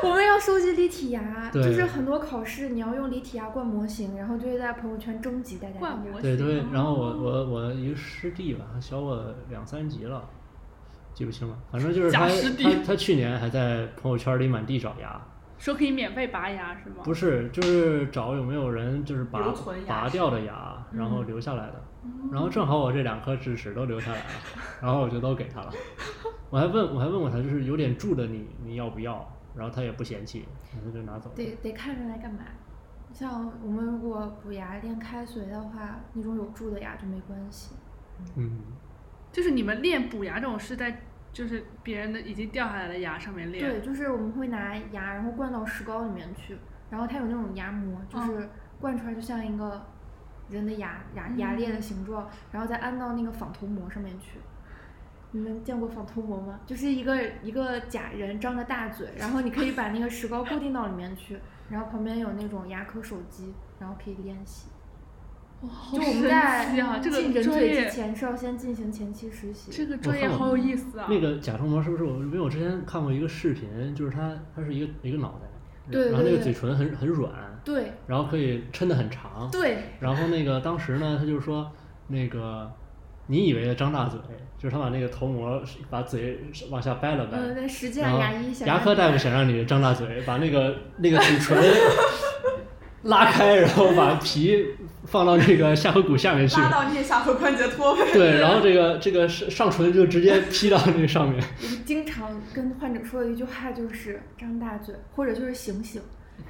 [SPEAKER 4] 我们要收集离体牙，
[SPEAKER 5] 对
[SPEAKER 4] 就是很多考试你要用离体牙灌模型，然后就会在朋友圈征集 大家的
[SPEAKER 3] 灌
[SPEAKER 4] 牙
[SPEAKER 3] 模
[SPEAKER 5] 对，
[SPEAKER 3] 型。
[SPEAKER 5] 都会。然后我我我一个师弟吧，他小我两三级了，记不清了。反正就是
[SPEAKER 3] 假
[SPEAKER 5] 他
[SPEAKER 3] 师弟
[SPEAKER 5] 他他去年还在朋友圈里满地找
[SPEAKER 6] 哦
[SPEAKER 5] 牙，
[SPEAKER 3] 说可以免费拔牙是吗？
[SPEAKER 5] 不是就是找有没有人就是拔
[SPEAKER 6] 留存牙
[SPEAKER 5] 拔
[SPEAKER 6] 齿嗯哦
[SPEAKER 5] 掉的牙，然后留下来的。然后正好我这两颗智齿都留下来了，然后我就都给 他了。我还问我还问过他，就是有点蛀的你你要不要？然后他也不嫌弃，然后就拿走了。
[SPEAKER 4] 得得看人来干嘛。像我们如果补牙练开髓的话，那种有蛀的牙就没关系。
[SPEAKER 5] 嗯，
[SPEAKER 3] 就是你们练补牙这种是在就是别人的已经掉下来的牙上面练。
[SPEAKER 4] 对，就是我们会拿牙，然后灌到石膏里面去，然后它有那种牙膜，就
[SPEAKER 3] 嗯
[SPEAKER 4] 是灌出来就像一个人的牙牙牙裂的形状，然后再安到那个仿头膜上面去。你们见过仿头膜吗？就是一个一个假人张着大嘴，然后你可以把那个石膏固定到里面去，然后旁边有那种牙科手机，然后可以练习。
[SPEAKER 3] 哇，好
[SPEAKER 4] 就我们
[SPEAKER 3] 神
[SPEAKER 4] 在
[SPEAKER 3] 奇啊！这
[SPEAKER 4] 进
[SPEAKER 3] 个
[SPEAKER 4] 人
[SPEAKER 3] 专
[SPEAKER 4] 腿之
[SPEAKER 3] 业，
[SPEAKER 4] 前是要先进行前期实习。
[SPEAKER 3] 这个
[SPEAKER 5] 我
[SPEAKER 3] 专业
[SPEAKER 5] 看
[SPEAKER 3] 好
[SPEAKER 5] 过
[SPEAKER 3] 有意思啊！
[SPEAKER 5] 那个假唇膜是不是我？因为我之前看过一个视频，就是它它是一个一个脑袋，
[SPEAKER 4] 对对
[SPEAKER 5] 然后那个
[SPEAKER 4] 对
[SPEAKER 5] 嘴唇很很软，
[SPEAKER 4] 对
[SPEAKER 5] 然后可以抻得很长。
[SPEAKER 4] 对，
[SPEAKER 5] 然后那个当时呢，他就说那个你以为的张大嘴，就是他把那个头膜是把嘴往下掰了掰。
[SPEAKER 4] 嗯，那实际
[SPEAKER 5] 然
[SPEAKER 4] 上
[SPEAKER 5] 后
[SPEAKER 4] 牙医想
[SPEAKER 5] 牙
[SPEAKER 4] 让
[SPEAKER 5] 科
[SPEAKER 4] 你
[SPEAKER 5] 大夫想让你张大嘴，把那个那个嘴唇 拉开，然后把皮放到那个下颌骨下面去，
[SPEAKER 6] 拉到腋下和关节脱位。
[SPEAKER 5] 对，然后这个这个上上唇就直接劈到那个上面。
[SPEAKER 4] 我们经常跟患者说的一句话就是“张大嘴”，或者就是“醒 醒”，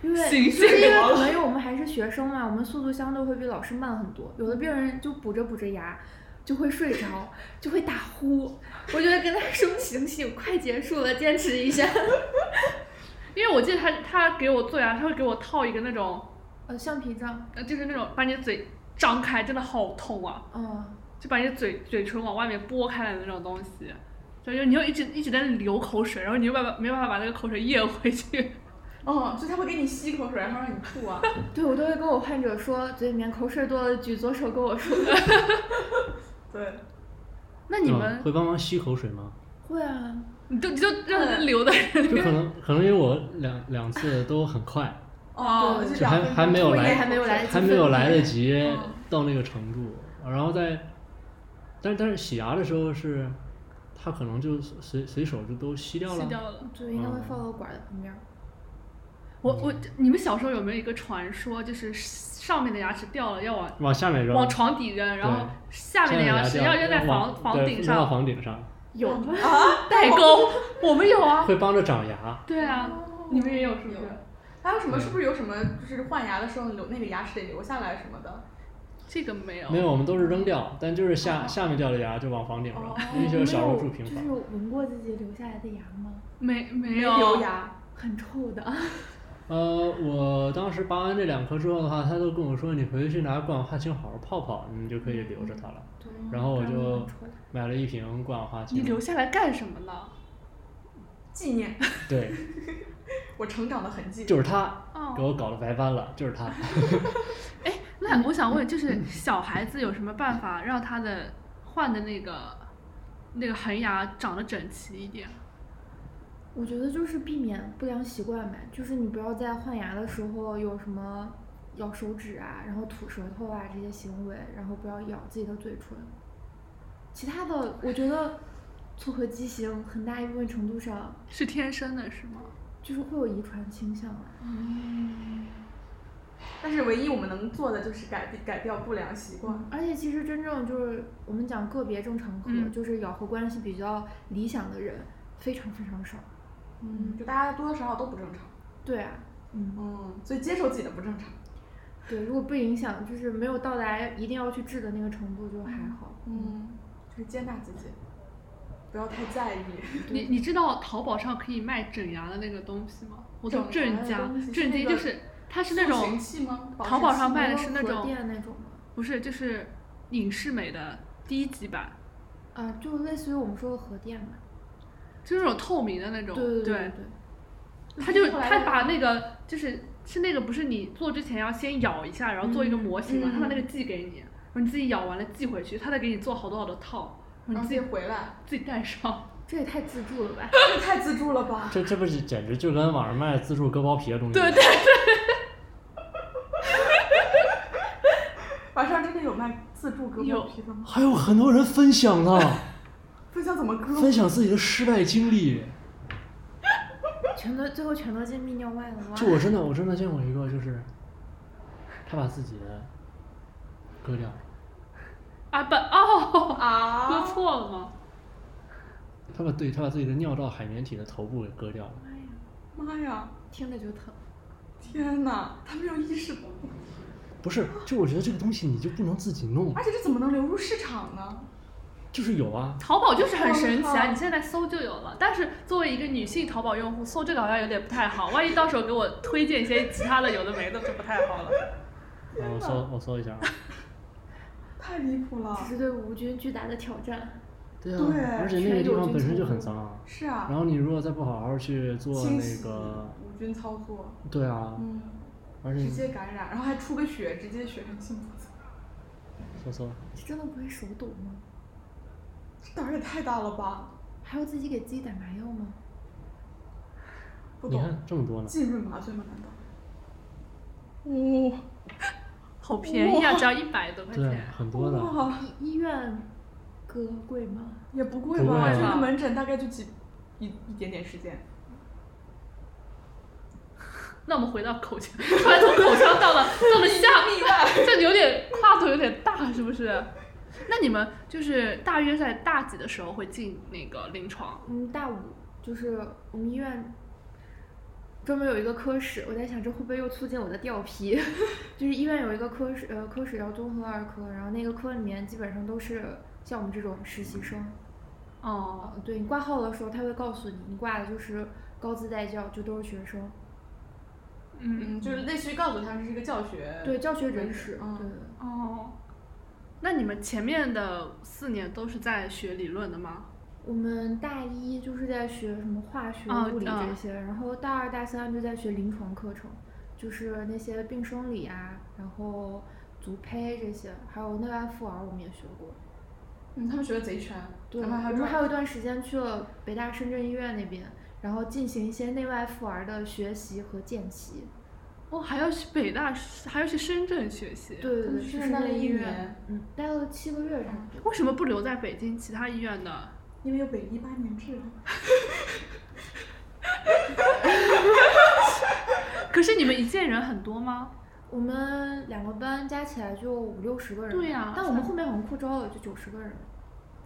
[SPEAKER 4] 因为
[SPEAKER 3] 醒
[SPEAKER 4] 就是
[SPEAKER 3] 醒
[SPEAKER 4] 因为
[SPEAKER 3] 我
[SPEAKER 4] 可能因为我们还是学生嘛，我们速度相对会比老师慢很多。有的病人就补着补着牙就会睡着，就会打呼，我就会跟他说“醒醒，快结束了，坚持一下
[SPEAKER 3] 因为我记得他他给我做牙，他会给我套一个那种”。
[SPEAKER 4] 呃，橡皮杖，
[SPEAKER 3] 呃，就是那种把你的嘴张开，真的好痛啊！
[SPEAKER 4] 嗯，
[SPEAKER 3] 就把你的嘴嘴唇往外面拨开来的那种东西，对，就你又一直一直在那里流口水，然后你又办法没办法把那个口水咽回去。
[SPEAKER 6] 哦，所以他会给你吸口水，然后让你吐啊。
[SPEAKER 4] 嗯对我都会跟我患者说，嘴里面口水多了，举左手跟我说。
[SPEAKER 6] 对，
[SPEAKER 3] 那你
[SPEAKER 5] 嗯
[SPEAKER 3] 们，
[SPEAKER 5] 会帮忙吸口水 吗？
[SPEAKER 4] 会啊，
[SPEAKER 3] 你就你就让人流的，
[SPEAKER 5] 就可能可能因为我两两次都很快，
[SPEAKER 6] 哦，
[SPEAKER 4] 对
[SPEAKER 6] 就
[SPEAKER 5] 就还
[SPEAKER 6] 两分钟
[SPEAKER 5] 还没有
[SPEAKER 4] 唾
[SPEAKER 5] 来
[SPEAKER 4] 液还没有来得及
[SPEAKER 5] 还
[SPEAKER 4] 分
[SPEAKER 5] 没有
[SPEAKER 4] 泌
[SPEAKER 5] 来得及
[SPEAKER 6] 嗯
[SPEAKER 5] 到那个程度，然后在，但是但是洗牙的时候是，他可能就随随手就都吸掉了。
[SPEAKER 3] 吸掉了。
[SPEAKER 4] 就应该会放到管的旁边儿。
[SPEAKER 3] 我我你们小时候有没有一个传说，就是上面的牙齿掉了要往
[SPEAKER 5] 往下面扔，
[SPEAKER 3] 往床底扔，然后
[SPEAKER 5] 对
[SPEAKER 3] 下面的牙齿
[SPEAKER 5] 掉
[SPEAKER 3] 要扔在
[SPEAKER 5] 往
[SPEAKER 3] 房房
[SPEAKER 5] 对
[SPEAKER 3] 顶
[SPEAKER 5] 扔到
[SPEAKER 3] 上啊
[SPEAKER 5] 房顶上
[SPEAKER 4] 有吗？
[SPEAKER 3] 代 沟？我们有啊，
[SPEAKER 5] 会帮着长牙。
[SPEAKER 3] 对啊，你们也有是不是
[SPEAKER 6] 有？还有什么？是不是有什么？就是换牙的时候留那个牙齿得留下来什么的？
[SPEAKER 3] 这个没有，
[SPEAKER 5] 没有，我们都是扔掉，但就是
[SPEAKER 3] 哦
[SPEAKER 5] 下下面掉的牙就往房顶
[SPEAKER 6] 哦
[SPEAKER 5] 上，
[SPEAKER 4] 你
[SPEAKER 5] 因为
[SPEAKER 4] 们
[SPEAKER 5] 就是小时候
[SPEAKER 4] 有
[SPEAKER 5] 住平
[SPEAKER 4] 就
[SPEAKER 5] 房
[SPEAKER 4] 是。闻过自己留下来的牙吗？
[SPEAKER 3] 没没
[SPEAKER 6] 留
[SPEAKER 3] 有，
[SPEAKER 6] 牙。
[SPEAKER 4] 很臭的。
[SPEAKER 5] 呃，我当时拔完这两颗之后的话，他都跟我说，你回去拿过氧化氢好好泡泡，你就可以留着它了。
[SPEAKER 4] 对
[SPEAKER 5] 然后我
[SPEAKER 4] 不然会
[SPEAKER 5] 就
[SPEAKER 4] 很臭
[SPEAKER 5] 买了一瓶过氧化
[SPEAKER 3] 你
[SPEAKER 5] 氢。
[SPEAKER 3] 留下来干什么呢？
[SPEAKER 6] 纪念
[SPEAKER 5] 对，
[SPEAKER 6] 我成长的痕迹。
[SPEAKER 5] 就是他
[SPEAKER 3] 哦
[SPEAKER 5] 给我搞得白斑了，就是 他。
[SPEAKER 3] 那我想问，就是小孩子有什么办法让他的换的那个那个恒牙长得整齐一点？
[SPEAKER 4] 我觉得就是避免不良习惯呗，就是你不要在换牙的时候有什么咬手指啊，然后吐舌头啊这些行为，然后不要咬自己的嘴唇。其他的，我觉得错颌畸形很大一部分程度上
[SPEAKER 3] 是天生的，是吗？
[SPEAKER 4] 就是会有遗传倾向啊。
[SPEAKER 6] 嗯但是唯一我们能做的就是改改掉不良习惯。
[SPEAKER 4] 而且其实真正就是我们讲个别正常颌，
[SPEAKER 3] 嗯
[SPEAKER 4] 就是咬合关系比较理想的人非常非常少。
[SPEAKER 6] 嗯，就大家多多少少都不正常。
[SPEAKER 4] 对啊，嗯，
[SPEAKER 6] 嗯，所以接受自己的不正常。
[SPEAKER 4] 对，如果不影响，就是没有到达一定要去治的那个程度就还好。
[SPEAKER 6] 嗯，就是接纳自己，不要太在意。
[SPEAKER 3] 你你知道淘宝上可以卖整牙的那个东西吗？我都
[SPEAKER 6] 整牙的
[SPEAKER 3] 震惊
[SPEAKER 6] 东西，是
[SPEAKER 3] 震
[SPEAKER 6] 那
[SPEAKER 3] 惊
[SPEAKER 6] 个
[SPEAKER 3] 就是它是那
[SPEAKER 6] 塑形
[SPEAKER 3] 种
[SPEAKER 6] 器吗？保
[SPEAKER 3] 淘
[SPEAKER 6] 持
[SPEAKER 3] 宝
[SPEAKER 6] 器
[SPEAKER 3] 上卖的
[SPEAKER 4] 你
[SPEAKER 3] 是那
[SPEAKER 4] 说核
[SPEAKER 3] 种
[SPEAKER 4] 电那种吗？
[SPEAKER 3] 不是就是影视美的低级版，
[SPEAKER 4] 啊，就类似于我们说的核电嘛。
[SPEAKER 3] 就是那种透明的那种，
[SPEAKER 4] 对对对，
[SPEAKER 3] 他就
[SPEAKER 6] 后来
[SPEAKER 3] 他把那个就是是那个不是你做之前要先咬一下，然后做一个模型嘛，
[SPEAKER 6] 嗯
[SPEAKER 3] 他把那个寄给你，然后你自己咬完了寄回去，他再给你做好多好多套，然
[SPEAKER 6] 然后
[SPEAKER 3] 后你
[SPEAKER 6] 自
[SPEAKER 3] 自
[SPEAKER 6] 己
[SPEAKER 3] 己
[SPEAKER 6] 回来，
[SPEAKER 3] 自己戴上。
[SPEAKER 4] 这也太自助了吧？
[SPEAKER 6] 这太自助了吧？
[SPEAKER 5] 这这不是简直就跟网上卖自助割包皮的东西？
[SPEAKER 3] 对对，
[SPEAKER 6] 晚上真的有卖自助割包
[SPEAKER 3] 有
[SPEAKER 6] 皮的吗？
[SPEAKER 5] 还有很多人分享 呢，
[SPEAKER 6] 分享怎么割？
[SPEAKER 5] 分享自己的失败经历。
[SPEAKER 4] 全都最后全都进泌尿外了吗？
[SPEAKER 5] 就我真的我真的见过一个，就是他把自己的割掉了，
[SPEAKER 3] 啊不哦，
[SPEAKER 6] 啊
[SPEAKER 3] 说错了吗？
[SPEAKER 5] 他把对他把自己的尿道海绵体的头部给割掉了。
[SPEAKER 6] 妈呀！
[SPEAKER 4] 听着就疼。
[SPEAKER 6] 天哪，他没有意识到，
[SPEAKER 5] 不是，就我觉得这个东西你就不能自己弄，
[SPEAKER 6] 而且这怎么能流入市场呢？
[SPEAKER 5] 就是有啊，
[SPEAKER 3] 淘宝就是很神奇
[SPEAKER 6] 我靠
[SPEAKER 3] 啊，你现在搜就有了。但是作为一个女性淘宝用户，搜这个好像有点不太好，万一到时候给我推荐一些其他的有的没的就不太好了。
[SPEAKER 5] 啊我搜我搜一下啊。
[SPEAKER 6] 太离谱了
[SPEAKER 4] 这！是对无菌巨大的挑战。
[SPEAKER 5] 对啊，
[SPEAKER 6] 对
[SPEAKER 5] 而且那个地方本身就很脏啊。
[SPEAKER 6] 是啊，
[SPEAKER 5] 然后你如果再不好好去做
[SPEAKER 6] 清
[SPEAKER 5] 那
[SPEAKER 6] 洗
[SPEAKER 5] 个，
[SPEAKER 6] 无菌操作，
[SPEAKER 5] 对啊，
[SPEAKER 6] 嗯，
[SPEAKER 5] 而且
[SPEAKER 6] 直接感染，然后还出个血，直接血上性
[SPEAKER 5] 搜搜，
[SPEAKER 4] 这真的不会手抖吗？
[SPEAKER 6] 这胆儿也太大了吧！
[SPEAKER 4] 还要自己给自己打麻药吗？
[SPEAKER 6] 不
[SPEAKER 5] 你
[SPEAKER 6] 懂
[SPEAKER 5] 看，这么多呢，
[SPEAKER 6] 浸润麻醉吗？难道？哦，
[SPEAKER 3] 好便宜啊，
[SPEAKER 6] 哇
[SPEAKER 3] 只要一百多块
[SPEAKER 5] 对
[SPEAKER 6] 啊
[SPEAKER 3] 钱，。
[SPEAKER 5] 很多的。
[SPEAKER 6] 哇，
[SPEAKER 4] 医医院割贵吗？
[SPEAKER 6] 也不贵
[SPEAKER 5] 不贵啊
[SPEAKER 6] 吧？
[SPEAKER 5] 吧
[SPEAKER 6] 这个门诊大概就几一一点点时间。
[SPEAKER 3] 那我们回到口腔，突然从口腔到了到了下面， 这有点跨度有点大，是不是？那你们就是大约在大几的时候会进那个临床？
[SPEAKER 4] 嗯，大五就是我们医院专门有一个科室，我在想这会不会又促进我的掉皮？ 就是医院有一个科室，呃，科室叫综合儿科，然后那个科里面基本上都是像我们这种实习生。
[SPEAKER 3] 哦
[SPEAKER 4] 啊，对你挂号的时候，他会告诉你，你挂的就是高资带教，就都是学生。
[SPEAKER 3] 嗯，
[SPEAKER 6] 嗯，就是类似于告诉他们是一个教学，
[SPEAKER 4] 呃对，教学人史，
[SPEAKER 6] 嗯
[SPEAKER 4] 对对对。
[SPEAKER 3] 哦，那你们前面的四年都是在学理论的吗？
[SPEAKER 4] 我们大一就是在学什么化学、
[SPEAKER 3] 哦
[SPEAKER 4] 物理
[SPEAKER 3] 哦
[SPEAKER 4] 这些，然后大二、大三就在学临床课程，就是那些病生理啊，然后足胚这些，还有内外妇儿我们也学过。
[SPEAKER 6] 嗯，他们学的贼全，
[SPEAKER 4] 对，
[SPEAKER 6] 然
[SPEAKER 4] 我
[SPEAKER 6] 后还
[SPEAKER 4] 们还
[SPEAKER 6] 专
[SPEAKER 4] 有一段时间去了北大深圳医院那边，然后进行一些内外妇儿的学习和见习。
[SPEAKER 3] 哦，还要去北大，还要去深圳学习。，
[SPEAKER 4] 对对
[SPEAKER 6] 他们
[SPEAKER 4] 对，
[SPEAKER 6] 去
[SPEAKER 4] 去
[SPEAKER 6] 深
[SPEAKER 4] 深
[SPEAKER 6] 圳
[SPEAKER 4] 圳
[SPEAKER 6] 医
[SPEAKER 4] 医
[SPEAKER 6] 院
[SPEAKER 4] 院，嗯，待了七个月差不多。
[SPEAKER 3] 为什么不留在北京其他医院呢？
[SPEAKER 6] 因为有北医八年制啊。
[SPEAKER 3] 可是你们一届人很多吗？
[SPEAKER 4] 我们两个班加起来就五六十个人吧，
[SPEAKER 3] 对呀
[SPEAKER 4] 但我们
[SPEAKER 3] 才
[SPEAKER 4] 后面好像扩招了，就九十个人了。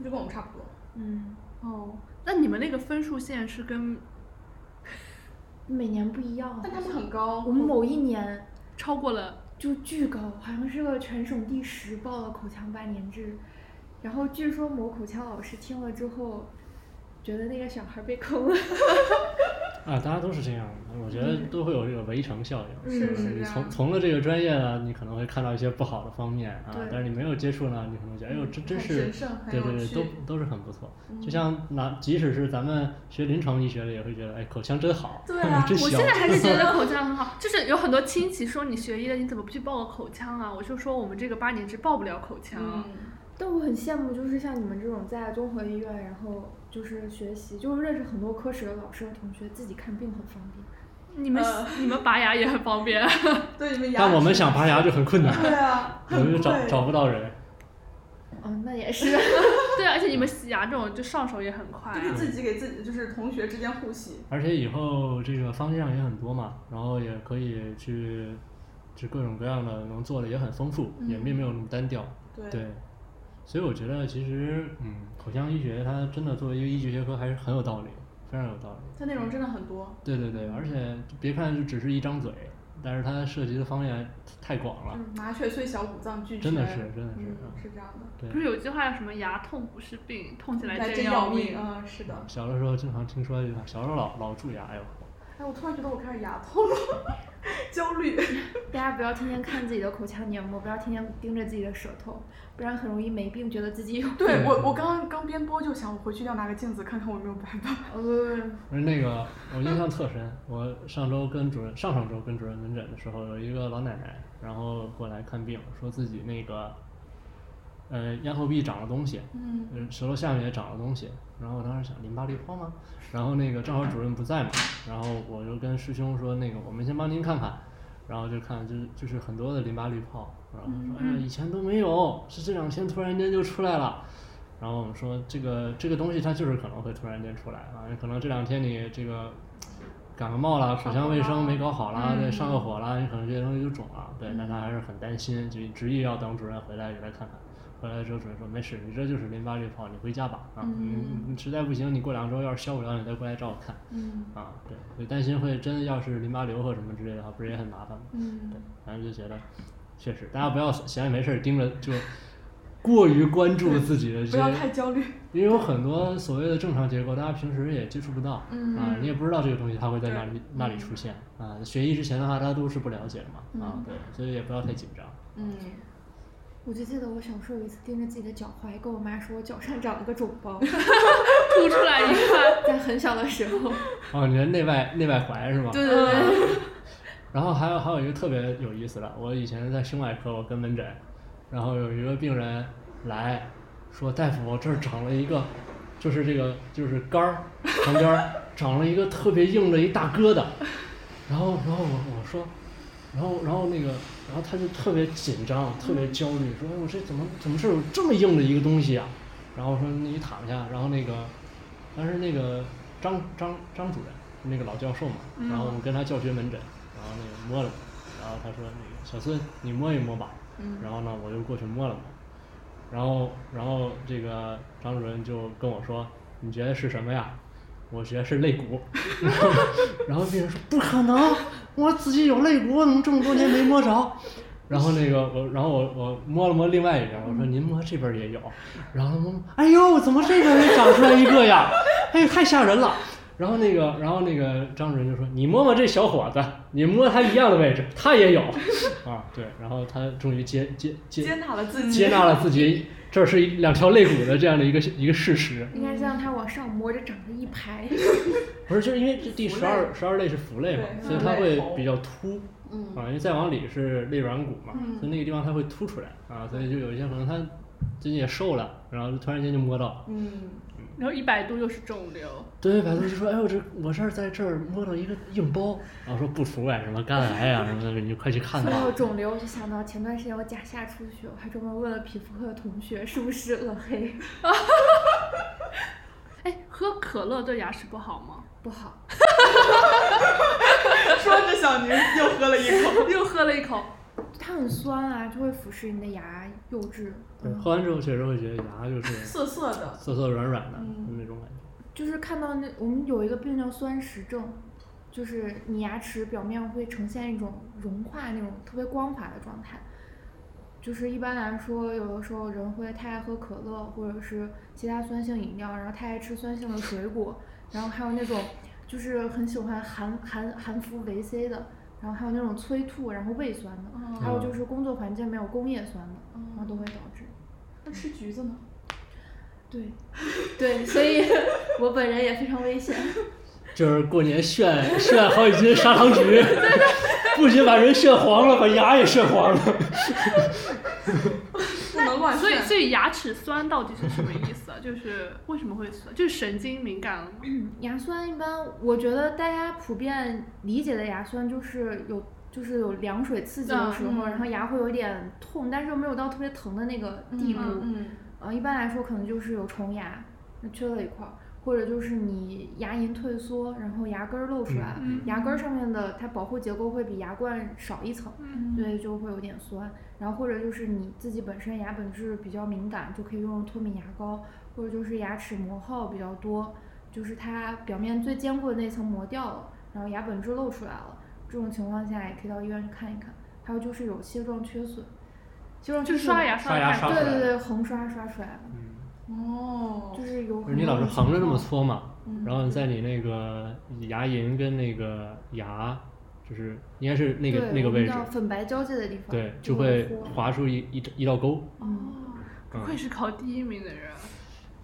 [SPEAKER 6] 就跟我们差不多。
[SPEAKER 4] 嗯，
[SPEAKER 3] 哦，那你们那个分数线是跟
[SPEAKER 4] 每年不一样。啊
[SPEAKER 6] 但他们很高，
[SPEAKER 4] 我们某一年
[SPEAKER 3] 超过了？
[SPEAKER 4] 就巨高，好像是个全省第十报了口腔八年制，然后据说某口腔老师听了之后，觉得那个小孩被坑了。
[SPEAKER 5] 啊，大家都是这样的，我觉得都会有这个围城效应。
[SPEAKER 4] 是
[SPEAKER 5] 吧
[SPEAKER 6] 嗯是
[SPEAKER 5] 你
[SPEAKER 6] 这
[SPEAKER 5] 从
[SPEAKER 6] 样
[SPEAKER 5] 从了这个专业呢，你可能会看到一些不好的方面啊
[SPEAKER 4] 对，
[SPEAKER 5] 但是你没有接触呢，你可能觉得哎呦，这真
[SPEAKER 6] 嗯很
[SPEAKER 5] 是
[SPEAKER 6] 神圣很
[SPEAKER 5] 对
[SPEAKER 6] 有
[SPEAKER 5] 对对，
[SPEAKER 6] 趣嗯
[SPEAKER 5] 都都是很不错。就像哪，即使是咱们学临床医学的，也会觉得哎，口腔真好，
[SPEAKER 6] 对啊
[SPEAKER 5] 真
[SPEAKER 3] 我
[SPEAKER 5] 香
[SPEAKER 3] 现。在还是觉得口腔很好，就是有很多亲戚说你学医的，你怎么不去报个口腔啊？我就说我们这个八年制报不了口腔。
[SPEAKER 6] 嗯，
[SPEAKER 4] 但我很羡慕，就是像你们这种在综合医院，然后就是学习，就是认识很多科室的老师和同学，自己看病很方便。
[SPEAKER 3] 你们、
[SPEAKER 6] 呃
[SPEAKER 3] 你们拔牙也很方便，
[SPEAKER 6] 对你们牙齿。
[SPEAKER 5] 但我们想拔牙就很困难，
[SPEAKER 6] 对啊，
[SPEAKER 5] 我们
[SPEAKER 6] 很
[SPEAKER 5] 就
[SPEAKER 6] 贵。
[SPEAKER 5] 找找不到人。
[SPEAKER 4] 嗯，那也是。
[SPEAKER 3] 对，而且你们洗牙这种就上手也很快、
[SPEAKER 6] 就是
[SPEAKER 3] 啊。
[SPEAKER 6] 自己给自己，就是同学之间互洗。
[SPEAKER 5] 而且以后这个方向也很多嘛，然后也可以去，就各种各样的能做的也很丰富，也
[SPEAKER 6] 嗯
[SPEAKER 5] 并没有那么单调。
[SPEAKER 6] 对
[SPEAKER 5] 对，所以我觉得其实，嗯，口腔医学它真的作为一个医学学科还是很有道理，非常有道理。
[SPEAKER 6] 它内容真的很多。
[SPEAKER 5] 对对对，而且别看就只是一张嘴，但是它涉及的方面太广了，
[SPEAKER 6] 嗯，麻雀虽小，五脏俱
[SPEAKER 5] 真
[SPEAKER 6] 全。
[SPEAKER 5] 的是真的是
[SPEAKER 6] 嗯
[SPEAKER 5] 啊，
[SPEAKER 6] 是这样的。
[SPEAKER 3] 不是有句话叫什么牙痛不是病，痛起来
[SPEAKER 6] 来真
[SPEAKER 3] 要
[SPEAKER 6] 命，嗯，是的。
[SPEAKER 5] 小的时候经常听说一句话，小时候老老蛀牙，哎呦，
[SPEAKER 6] 哎，我突然觉得我开始牙痛了， 焦虑。
[SPEAKER 4] 大家不要天天看自己的口腔黏膜，不要天天盯着自己的舌头，不然很容易没病，觉得自 己有。
[SPEAKER 6] 对我，我刚刚刚边播就想，我回去要拿个镜子看看我有没有白发。
[SPEAKER 4] 呃，
[SPEAKER 5] 而那个我印象特深，我上周跟主任上上周跟主任门诊的时候，有一个老奶奶，然后过来看病，说自己那个，呃，咽后壁长了东西，
[SPEAKER 6] 嗯，
[SPEAKER 5] 嗯，舌头下面也长了东西。然后我当时想淋巴滤泡吗？然后那个正好主任不在嘛，然后我就跟师兄说，那个我们先帮您看看，然后就看就是就是很多的淋巴滤泡，然后他说哎呀以前都没有，是这两天突然间就出来了。然后我们说这个这个东西它就是可能会突然间出来啊，可能这两天你这个感个冒了，口腔卫生没搞好啦，对，
[SPEAKER 6] 嗯
[SPEAKER 5] 上个火啦，你可能这些东西就肿了，对，但他还是很担心，就执意要等主任回来给他看看。回来之后主任说没事，你这就是淋巴滤泡，你回家吧啊，你你实在不行，你过两周要是消不了，你再过来找我看。
[SPEAKER 6] 嗯
[SPEAKER 5] 啊，对，就担心会真的要是淋巴瘤或什么之类的话，不是也很麻烦吗？
[SPEAKER 6] 嗯
[SPEAKER 5] 对，反正就觉得确实，大家不要闲着没事儿盯着就过于关注自己的这
[SPEAKER 6] 不要太
[SPEAKER 5] 些，
[SPEAKER 6] 焦虑。
[SPEAKER 5] 因为有很多所谓的正常结构，大家平时也接触不到，
[SPEAKER 4] 嗯
[SPEAKER 5] 啊，你也不知道这个东西它会在哪里那里出现啊。学医之前的话，大家都是不了解的嘛，
[SPEAKER 4] 嗯
[SPEAKER 5] 啊，对，所以也不要太紧张。
[SPEAKER 6] 嗯，
[SPEAKER 4] 我就记得我小时候有一次盯着自己的脚踝，跟我妈说我脚上长了个肿包，
[SPEAKER 3] 凸出来一块。
[SPEAKER 4] 在很小的时候。
[SPEAKER 5] 哦，你的内外内外踝是吗？啊
[SPEAKER 4] 对对对，
[SPEAKER 5] 然后还有还有一个特别有意思的，我以前在胸外科我跟门诊，然后有一个病人来说大夫，我这儿长了一个，就是这个就是肝儿旁边儿长了一个特别硬的一大疙瘩，然后然后我我说，然后然后那个然后他就特别紧张，特别焦虑，说哎我这怎么怎么是有这么硬的一个东西啊？然后我说你躺下，然后那个当时那个张张张主任那个老教授嘛，然后我们跟他教学门诊，然后那个摸了摸，然后他说那个小孙你摸一摸吧，然后呢我就过去摸了摸，然后然后这个张主任就跟我说你觉得是什么呀？我觉得是肋骨， 然后然后病人说不可能，我自己有肋骨，我怎么这么多年没摸着？然后那个我，然后我我摸了摸另外一边，我说您摸这边 也有，然后他摸，哎呦，怎么这边也长出来一个呀？哎，太吓人了。然后那个，然后那个张主任就说：“你摸摸这小伙子，你摸他一样的位置，他也有 啊。”对，然后他终于接接
[SPEAKER 6] 接
[SPEAKER 5] 接
[SPEAKER 6] 纳了自己，
[SPEAKER 5] 接纳了自己，这是一两条肋骨的这样的一个一个事实。
[SPEAKER 4] 应该是让它往上摸着长得一排。
[SPEAKER 5] 不是，就是因为这第
[SPEAKER 6] 腹
[SPEAKER 5] 十二十二肋是腹肋嘛，
[SPEAKER 6] 对
[SPEAKER 5] 所以它
[SPEAKER 6] 腹肋
[SPEAKER 5] 会
[SPEAKER 6] 头
[SPEAKER 5] 比较凸
[SPEAKER 6] 嗯
[SPEAKER 5] 啊，因为再往里是肋软骨嘛，
[SPEAKER 6] 嗯
[SPEAKER 5] 所以那个地方它会凸出来啊，所以就有一些可能他最近也瘦了，然后就突然间就摸到了。
[SPEAKER 6] 嗯，
[SPEAKER 3] 然后一百度又是肿瘤，
[SPEAKER 5] 对，百度就说：“哎呦，这我这儿在这儿摸到一个硬包，然后说不服啊，什么肝癌啊什么的，你就快去看
[SPEAKER 4] 说
[SPEAKER 5] 吧。
[SPEAKER 4] 到肿瘤，我就想到前段时间我假下出去，我还专门问了皮肤科的同学是不是 恶黑，
[SPEAKER 3] 哎，喝可乐对牙齿不好吗？
[SPEAKER 4] 不好。
[SPEAKER 6] 说着小宁又喝了一口，
[SPEAKER 3] 又喝了一口，
[SPEAKER 4] 它很酸啊，就会腐蚀你的牙釉质。
[SPEAKER 5] 对，喝完之后确实会觉得牙就是
[SPEAKER 6] 涩涩的，
[SPEAKER 5] 涩涩软软的、
[SPEAKER 6] 嗯
[SPEAKER 5] 那种感觉。
[SPEAKER 4] 就是看到那我们有一个病叫酸蚀症，就是你牙齿表面会呈现一种融化那种特别光滑的状态。就是一般来说，有的时候人会太爱喝可乐或者是其他酸性饮料，然后太爱吃酸性的水果，然后还有那种就是很喜欢含含含服维 C 的，然后还有那种催吐然后胃酸的，还有就是工作环境没有工业酸的，然后都会导致。
[SPEAKER 6] 那吃橘子呢？
[SPEAKER 4] 对，对，所以 我本人也非常危险。
[SPEAKER 5] 就是过年炫 炫好几斤砂糖 橘，不仅把人炫黄了，把牙也炫黄了。
[SPEAKER 6] 不能乱
[SPEAKER 3] 所以
[SPEAKER 6] 炫
[SPEAKER 3] 所以牙齿酸到底是什么意思啊？就是为什么会酸？就是神经敏感了吗？
[SPEAKER 5] 嗯
[SPEAKER 4] 牙酸一般，我觉得大家普遍理解的牙酸就是有就是有凉水刺激的时候，
[SPEAKER 6] 嗯嗯
[SPEAKER 4] 然后牙会有点痛，但是又没有到特别疼的那个地步。
[SPEAKER 6] 嗯嗯
[SPEAKER 4] 呃，一般来说可能就是有虫牙，那缺了一块儿，或者就是你牙龈退缩，然后牙根儿露出来了，
[SPEAKER 3] 嗯
[SPEAKER 4] 牙根儿上面的它保护结构会比牙冠少一层，
[SPEAKER 3] 嗯
[SPEAKER 4] 所以就会有点酸。然后或者就是你自己本身牙本质比较敏感，就可以用脱敏牙膏，或者就是牙齿磨耗比较多，就是它表面最坚固的那层磨掉了，然后牙本质露出来了，这种情况下也可以到医院去看一看。还有就是有蟹状缺损，蟹状
[SPEAKER 3] 就
[SPEAKER 4] 缺
[SPEAKER 3] 是
[SPEAKER 4] 损
[SPEAKER 3] 刷牙刷
[SPEAKER 5] 刷牙
[SPEAKER 3] 的太
[SPEAKER 5] 刷
[SPEAKER 3] 多
[SPEAKER 5] 出来
[SPEAKER 4] 对对
[SPEAKER 5] 了嗯
[SPEAKER 4] 对，横刷刷出来了，
[SPEAKER 6] 哦
[SPEAKER 4] 就，是有
[SPEAKER 5] 不
[SPEAKER 4] 很
[SPEAKER 5] 是你
[SPEAKER 4] 多
[SPEAKER 5] 老是
[SPEAKER 4] 种
[SPEAKER 5] 横着这么
[SPEAKER 4] 情
[SPEAKER 5] 搓嘛，
[SPEAKER 6] 嗯
[SPEAKER 5] 然后你在你那个牙龈跟那个牙，就是应该是那个
[SPEAKER 4] 况对
[SPEAKER 5] 那个
[SPEAKER 4] 我们
[SPEAKER 5] 位置
[SPEAKER 4] 叫，粉白交界的地方，
[SPEAKER 5] 对，就
[SPEAKER 4] 会
[SPEAKER 5] 会划出一一一道沟。
[SPEAKER 4] 嗯，
[SPEAKER 3] 不愧是考第一名的人，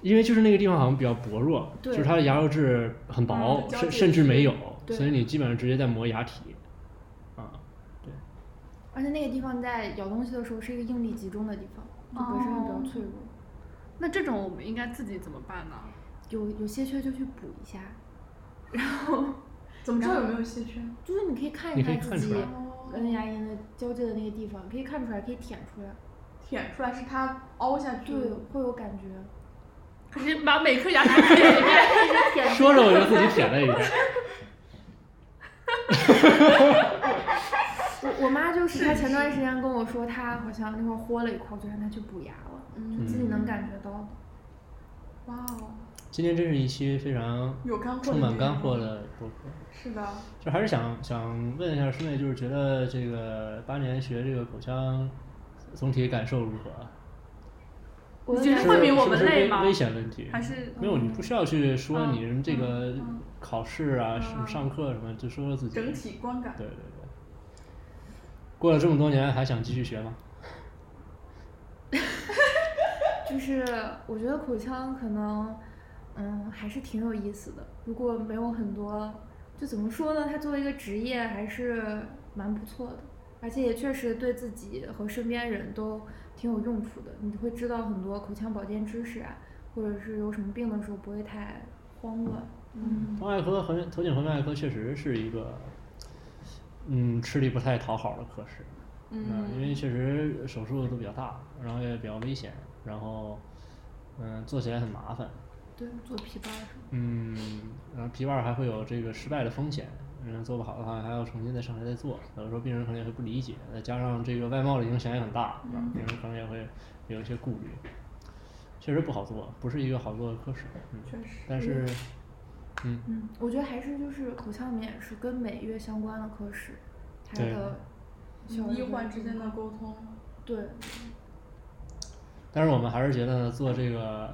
[SPEAKER 5] 因为就是那个地方好像比较薄弱，就
[SPEAKER 4] 对
[SPEAKER 5] 是它的牙肉质很薄，
[SPEAKER 6] 嗯
[SPEAKER 5] 甚
[SPEAKER 6] 交界
[SPEAKER 5] 甚至没有，
[SPEAKER 4] 对
[SPEAKER 5] 所以你基本上直接在磨牙体，啊，对，
[SPEAKER 4] 而且那个地方在咬东西的时候是一个应力集中的地方，就本身就比较脆弱。
[SPEAKER 3] 那这种我们应该自己怎么办呢？
[SPEAKER 4] 有有些缺就去补一下，
[SPEAKER 6] 怎么知道有没有细菌？
[SPEAKER 4] 就是你可以看
[SPEAKER 5] 你
[SPEAKER 4] 一
[SPEAKER 5] 可以
[SPEAKER 4] 下自
[SPEAKER 5] 看出
[SPEAKER 4] 己
[SPEAKER 5] 来
[SPEAKER 4] 跟牙龈的交界的那个地方，可以看出来，可以舔出来，
[SPEAKER 6] 舔出来是它凹下去
[SPEAKER 4] 对
[SPEAKER 6] 的，，
[SPEAKER 4] 会有感觉。
[SPEAKER 3] 你把每颗牙齿舔一遍。
[SPEAKER 5] 说着我就自己舔了一下，
[SPEAKER 4] 我我妈就是她前段时间跟我说，她好像那块儿豁了一块儿，我就让她去补牙了，就自己能感觉到的。
[SPEAKER 6] 哇哦，
[SPEAKER 5] 嗯今天真是一期非常
[SPEAKER 6] 有干货的
[SPEAKER 5] 充满
[SPEAKER 6] 地方
[SPEAKER 5] 干货的播客，
[SPEAKER 6] 是的，
[SPEAKER 5] 就还是想想问一下师妹，就是觉得这个八年学这个口腔，总体感受如何？啊
[SPEAKER 4] 我
[SPEAKER 3] 你
[SPEAKER 4] 的
[SPEAKER 3] 觉
[SPEAKER 4] 感
[SPEAKER 5] 是
[SPEAKER 3] 得会比
[SPEAKER 4] 觉
[SPEAKER 3] 我
[SPEAKER 5] 是不
[SPEAKER 3] 们
[SPEAKER 5] 是
[SPEAKER 3] 累
[SPEAKER 5] 危
[SPEAKER 3] 吗
[SPEAKER 5] 危险问题
[SPEAKER 3] 还是
[SPEAKER 5] 没有，你不需要去说
[SPEAKER 3] 嗯
[SPEAKER 5] 你这个考试啊、什么
[SPEAKER 6] 嗯
[SPEAKER 5] 上课什么，就说说自己
[SPEAKER 6] 整体观感
[SPEAKER 5] 对对对。过了这么多年，还想继续学吗？
[SPEAKER 4] 就是我觉得口腔可能，嗯，还是挺有意思的。如果没有很多，就怎么说呢？它作为一个职业还是蛮不错的，而且也确实对自己和身边人都挺有用处的。你会知道很多口腔保健知识啊，或者是有什么病的时候不会太慌乱。嗯，
[SPEAKER 5] 头外科、和头颈和外科确实是一个，嗯，吃力不太讨好的科室。嗯，因为确实手术都比较大，然后也比较危险，然后，嗯，做起来很麻烦，
[SPEAKER 4] 对，做皮包什么
[SPEAKER 5] 嗯，然后皮瓣儿还会有这个失败的风险，嗯，做不好的话还要重新再上来再做，有的时候病人可能也会不理解，再加上这个外貌的影响也很大，是吧
[SPEAKER 6] 嗯
[SPEAKER 5] 病人可能也会有一些顾虑，确实不好做，不是一个好做的科室，嗯，
[SPEAKER 6] 确实
[SPEAKER 5] 但是，嗯，
[SPEAKER 4] 嗯，我觉得还是就是口腔里面也是跟美乐相关的科室，它
[SPEAKER 5] 对
[SPEAKER 4] 的效率
[SPEAKER 6] 医
[SPEAKER 4] 会
[SPEAKER 6] 患之间的沟通，
[SPEAKER 4] 对。
[SPEAKER 5] 但是我们还是觉得呢，做这个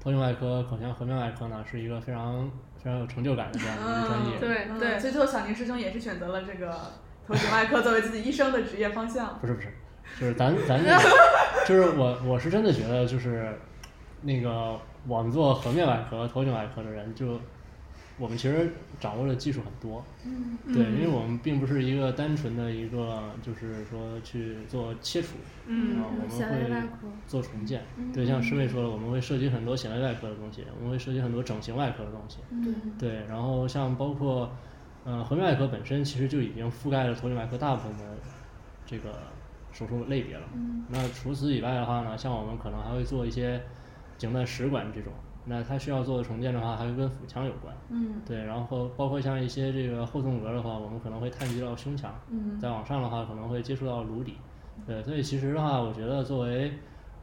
[SPEAKER 5] 头颈外科、口腔颌面外科呢是一个非常非常有成就感的这样的一个专业。
[SPEAKER 6] 嗯
[SPEAKER 3] 对
[SPEAKER 6] 嗯
[SPEAKER 3] 对
[SPEAKER 6] 所以最后小宁师兄也是选择了这个头颈外科作为自己一生的职业方向。
[SPEAKER 5] 不是不是，就是咱咱 这个就是我我是真的觉得就是那个我们做颌面外科、头颈外科的人就。我们其实掌握的技术很多，
[SPEAKER 4] 嗯
[SPEAKER 5] 对，因为我们并不是一个单纯的一个，就是说去做切除，
[SPEAKER 3] 嗯
[SPEAKER 5] 啊，我们
[SPEAKER 4] 嗯显微外嗯
[SPEAKER 5] 会
[SPEAKER 4] 科
[SPEAKER 5] 做重建。对，像师妹说的，我们会涉及很多显微外科的东西，我们会涉及很多整形外科的东西。
[SPEAKER 4] 嗯
[SPEAKER 5] 对，然后像包括，呃，颌面外科本身其实就已经覆盖了头颈外科大部分的这个手术类别了。
[SPEAKER 4] 嗯
[SPEAKER 5] 那除此以外的话呢，像我们可能还会做一些颈段食管这种，那它需要做的重建的话，还会跟腹腔有关。
[SPEAKER 6] 嗯
[SPEAKER 5] 对，然后包括像一些这个后纵隔的话，我们可能会探及到胸腔，
[SPEAKER 6] 嗯
[SPEAKER 5] 再往上的话可能会接触到颅底，对，所以其实的话，我觉得作为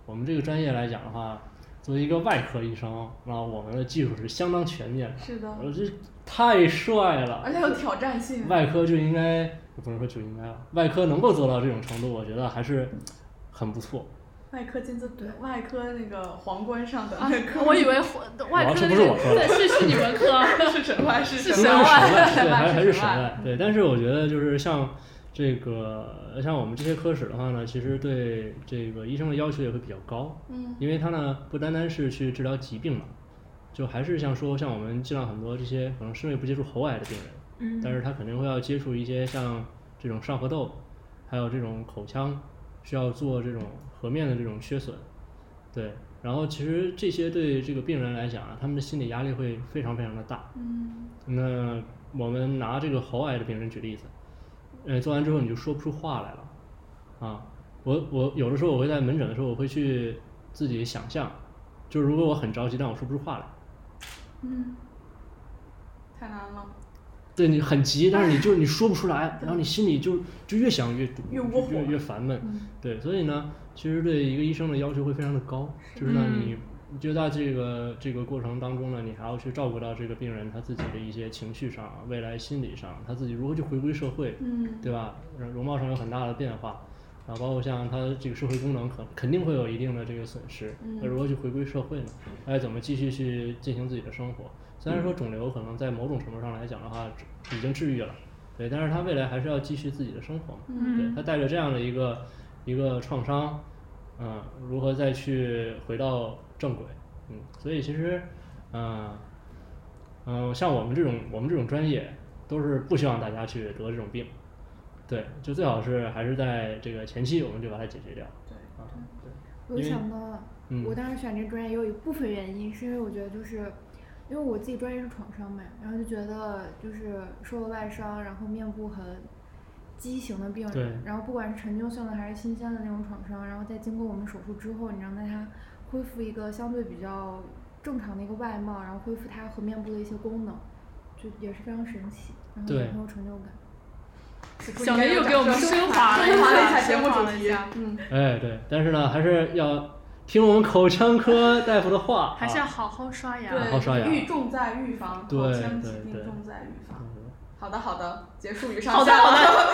[SPEAKER 5] 我们这个专业来讲的话，作为一个外科医生，那我们的技术是相当全面的，
[SPEAKER 6] 是的，
[SPEAKER 5] 我这太帅
[SPEAKER 6] 而
[SPEAKER 5] 了，
[SPEAKER 6] 且有挑战性。
[SPEAKER 5] 外科就应该，不能说就应该吧，外科能够做到这种程度，我觉得还是很不错。
[SPEAKER 6] 外科金字对，外科那个皇冠上的外科，
[SPEAKER 3] 我以为外科
[SPEAKER 5] 这不是我说的
[SPEAKER 3] 对，是是你们 科，
[SPEAKER 6] 是神话，是
[SPEAKER 3] 是
[SPEAKER 5] 应
[SPEAKER 6] 神
[SPEAKER 5] 该
[SPEAKER 3] 神
[SPEAKER 5] 是
[SPEAKER 3] 话
[SPEAKER 5] 神外，对，
[SPEAKER 6] 神
[SPEAKER 5] 还还是神
[SPEAKER 6] 外。
[SPEAKER 5] 外，对。但是我觉得就是像这个像我们这些科室的话呢，其实对这个医生的要求也会比较高，
[SPEAKER 6] 嗯
[SPEAKER 5] 因为他呢不单单是去治疗疾病嘛，就还是像说像我们尽量很多这些可能身为不接触喉癌的病人，
[SPEAKER 4] 嗯
[SPEAKER 5] 但是他肯定会要接触一些像这种上颌窦，还有这种口腔需要做这种颌面的这种缺损，对。然后其实这些对这个病人来讲啊，他们的心理压力会非常非常的大，
[SPEAKER 6] 嗯
[SPEAKER 5] 那我们拿这个喉癌的病人举例子，呃，做完之后你就说不出话来了，啊，我我有的时候我会在门诊的时候，我会去自己想象，就是如果我很着急，但我说不出话来，
[SPEAKER 6] 嗯，太难了，
[SPEAKER 5] 对你很急，但是你就是你说不出来，然后你心里就就越想越堵，
[SPEAKER 6] 越窝
[SPEAKER 5] 就
[SPEAKER 6] 火
[SPEAKER 5] 越越烦闷，
[SPEAKER 4] 嗯
[SPEAKER 5] 对，所以呢，其实对一个医生的要求会非常的高，就是呢，
[SPEAKER 3] 嗯
[SPEAKER 5] 你你就在这个这个过程当中呢，你还要去照顾到这个病人他自己的一些情绪上、未来心理上，他自己如何去回归社会，
[SPEAKER 6] 嗯
[SPEAKER 5] 对吧？容容貌上有很大的变化，然后包括像他这个社会功能可肯定会有一定的这个损失，那如何去回归社会呢？该怎么继续去进行自己的生活？虽然说肿瘤可能在某种程度上来讲的话，已经治愈了，对，但是他未来还是要继续自己的生活嘛。对
[SPEAKER 3] 嗯
[SPEAKER 5] 他带着这样的一个一个创伤，嗯，如何再去回到正轨，嗯，所以其实，嗯、嗯、像我们这种我们这种专业，都是不希望大家去得这种病，对，就最好是还是在这个前期我们就把它解决掉，
[SPEAKER 6] 对
[SPEAKER 5] 啊，对，
[SPEAKER 4] 我就
[SPEAKER 5] 因为
[SPEAKER 4] 想到了，
[SPEAKER 5] 嗯
[SPEAKER 4] 我当时选这个专业也有一部分原因，是因为我觉得就是，因为我自己专业是创伤嘛，然后就觉得就是受了外伤，然后面部很畸形的病
[SPEAKER 5] 对
[SPEAKER 4] 人，然后不管是陈旧性的还是新鲜的那种创伤，然后再经过我们手术之后，你让它恢复一个相对比较正常的一个外貌，然后恢复它和面部的一些功能，就也是非常神奇，然后
[SPEAKER 5] 对
[SPEAKER 4] 也很有成就感。
[SPEAKER 3] 小林又给我们升华了一
[SPEAKER 6] 升华了一
[SPEAKER 3] 下，
[SPEAKER 6] 下节目
[SPEAKER 3] 升华
[SPEAKER 6] 主
[SPEAKER 3] 了一
[SPEAKER 6] 题
[SPEAKER 3] 下，
[SPEAKER 6] 嗯，
[SPEAKER 5] 哎对，但是呢，还是要听我们口腔科大夫的话，
[SPEAKER 3] 还是要
[SPEAKER 5] 啊
[SPEAKER 3] 好好刷牙。
[SPEAKER 5] 好刷牙
[SPEAKER 6] 对，愈重在预防，口
[SPEAKER 5] 对
[SPEAKER 6] 腔
[SPEAKER 5] 对
[SPEAKER 6] 疾
[SPEAKER 5] 对
[SPEAKER 6] 病重在预防。
[SPEAKER 5] 嗯
[SPEAKER 6] 好的，好的，结束于
[SPEAKER 3] 好
[SPEAKER 6] 上
[SPEAKER 3] 的
[SPEAKER 6] 下了。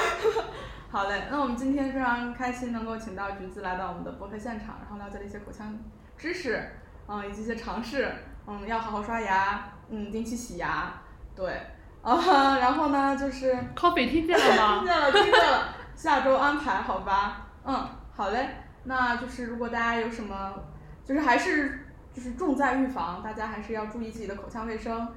[SPEAKER 6] 好嘞，那我们今天非常开心能够请到橘子来到我们的播客现场，然后了解了一些口腔知识，嗯，以及一些常识，嗯，要好好刷牙，嗯，定期洗牙，对， 啊，然后呢就是。
[SPEAKER 3] Coffee 听见了
[SPEAKER 6] 听
[SPEAKER 3] 吗？
[SPEAKER 6] 见了，听见了，下周安排好吧？嗯，好嘞。那就是如果大家有什么，就是还是就是重在预防，大家还是要注意自己的口腔卫生。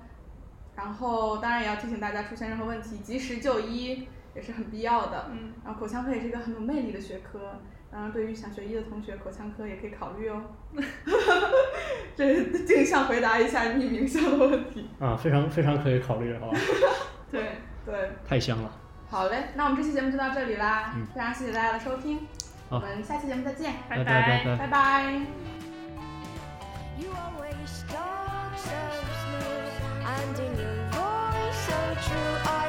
[SPEAKER 6] 然后当然也要提醒大家，出现任何问题及时就医也是很必要的。
[SPEAKER 3] 嗯，
[SPEAKER 6] 然后口腔科也是一个很有魅力的学科，当然对于想学医的同学，口腔科也可以考虑哦。 这定向回答一下匿名校的问题。
[SPEAKER 5] 啊，非常非常可以考虑，好吧，
[SPEAKER 3] 对，
[SPEAKER 6] 对，
[SPEAKER 5] 太香了，
[SPEAKER 6] 好嘞，那我们这期节目就到这里啦，
[SPEAKER 5] 嗯
[SPEAKER 6] 非常谢谢大家的收听，
[SPEAKER 5] 好嗯
[SPEAKER 6] 我们下期节目再见，
[SPEAKER 5] 拜
[SPEAKER 3] 拜
[SPEAKER 5] 拜拜。
[SPEAKER 6] 拜拜
[SPEAKER 2] You always talk so smooth, and in your voice so true. I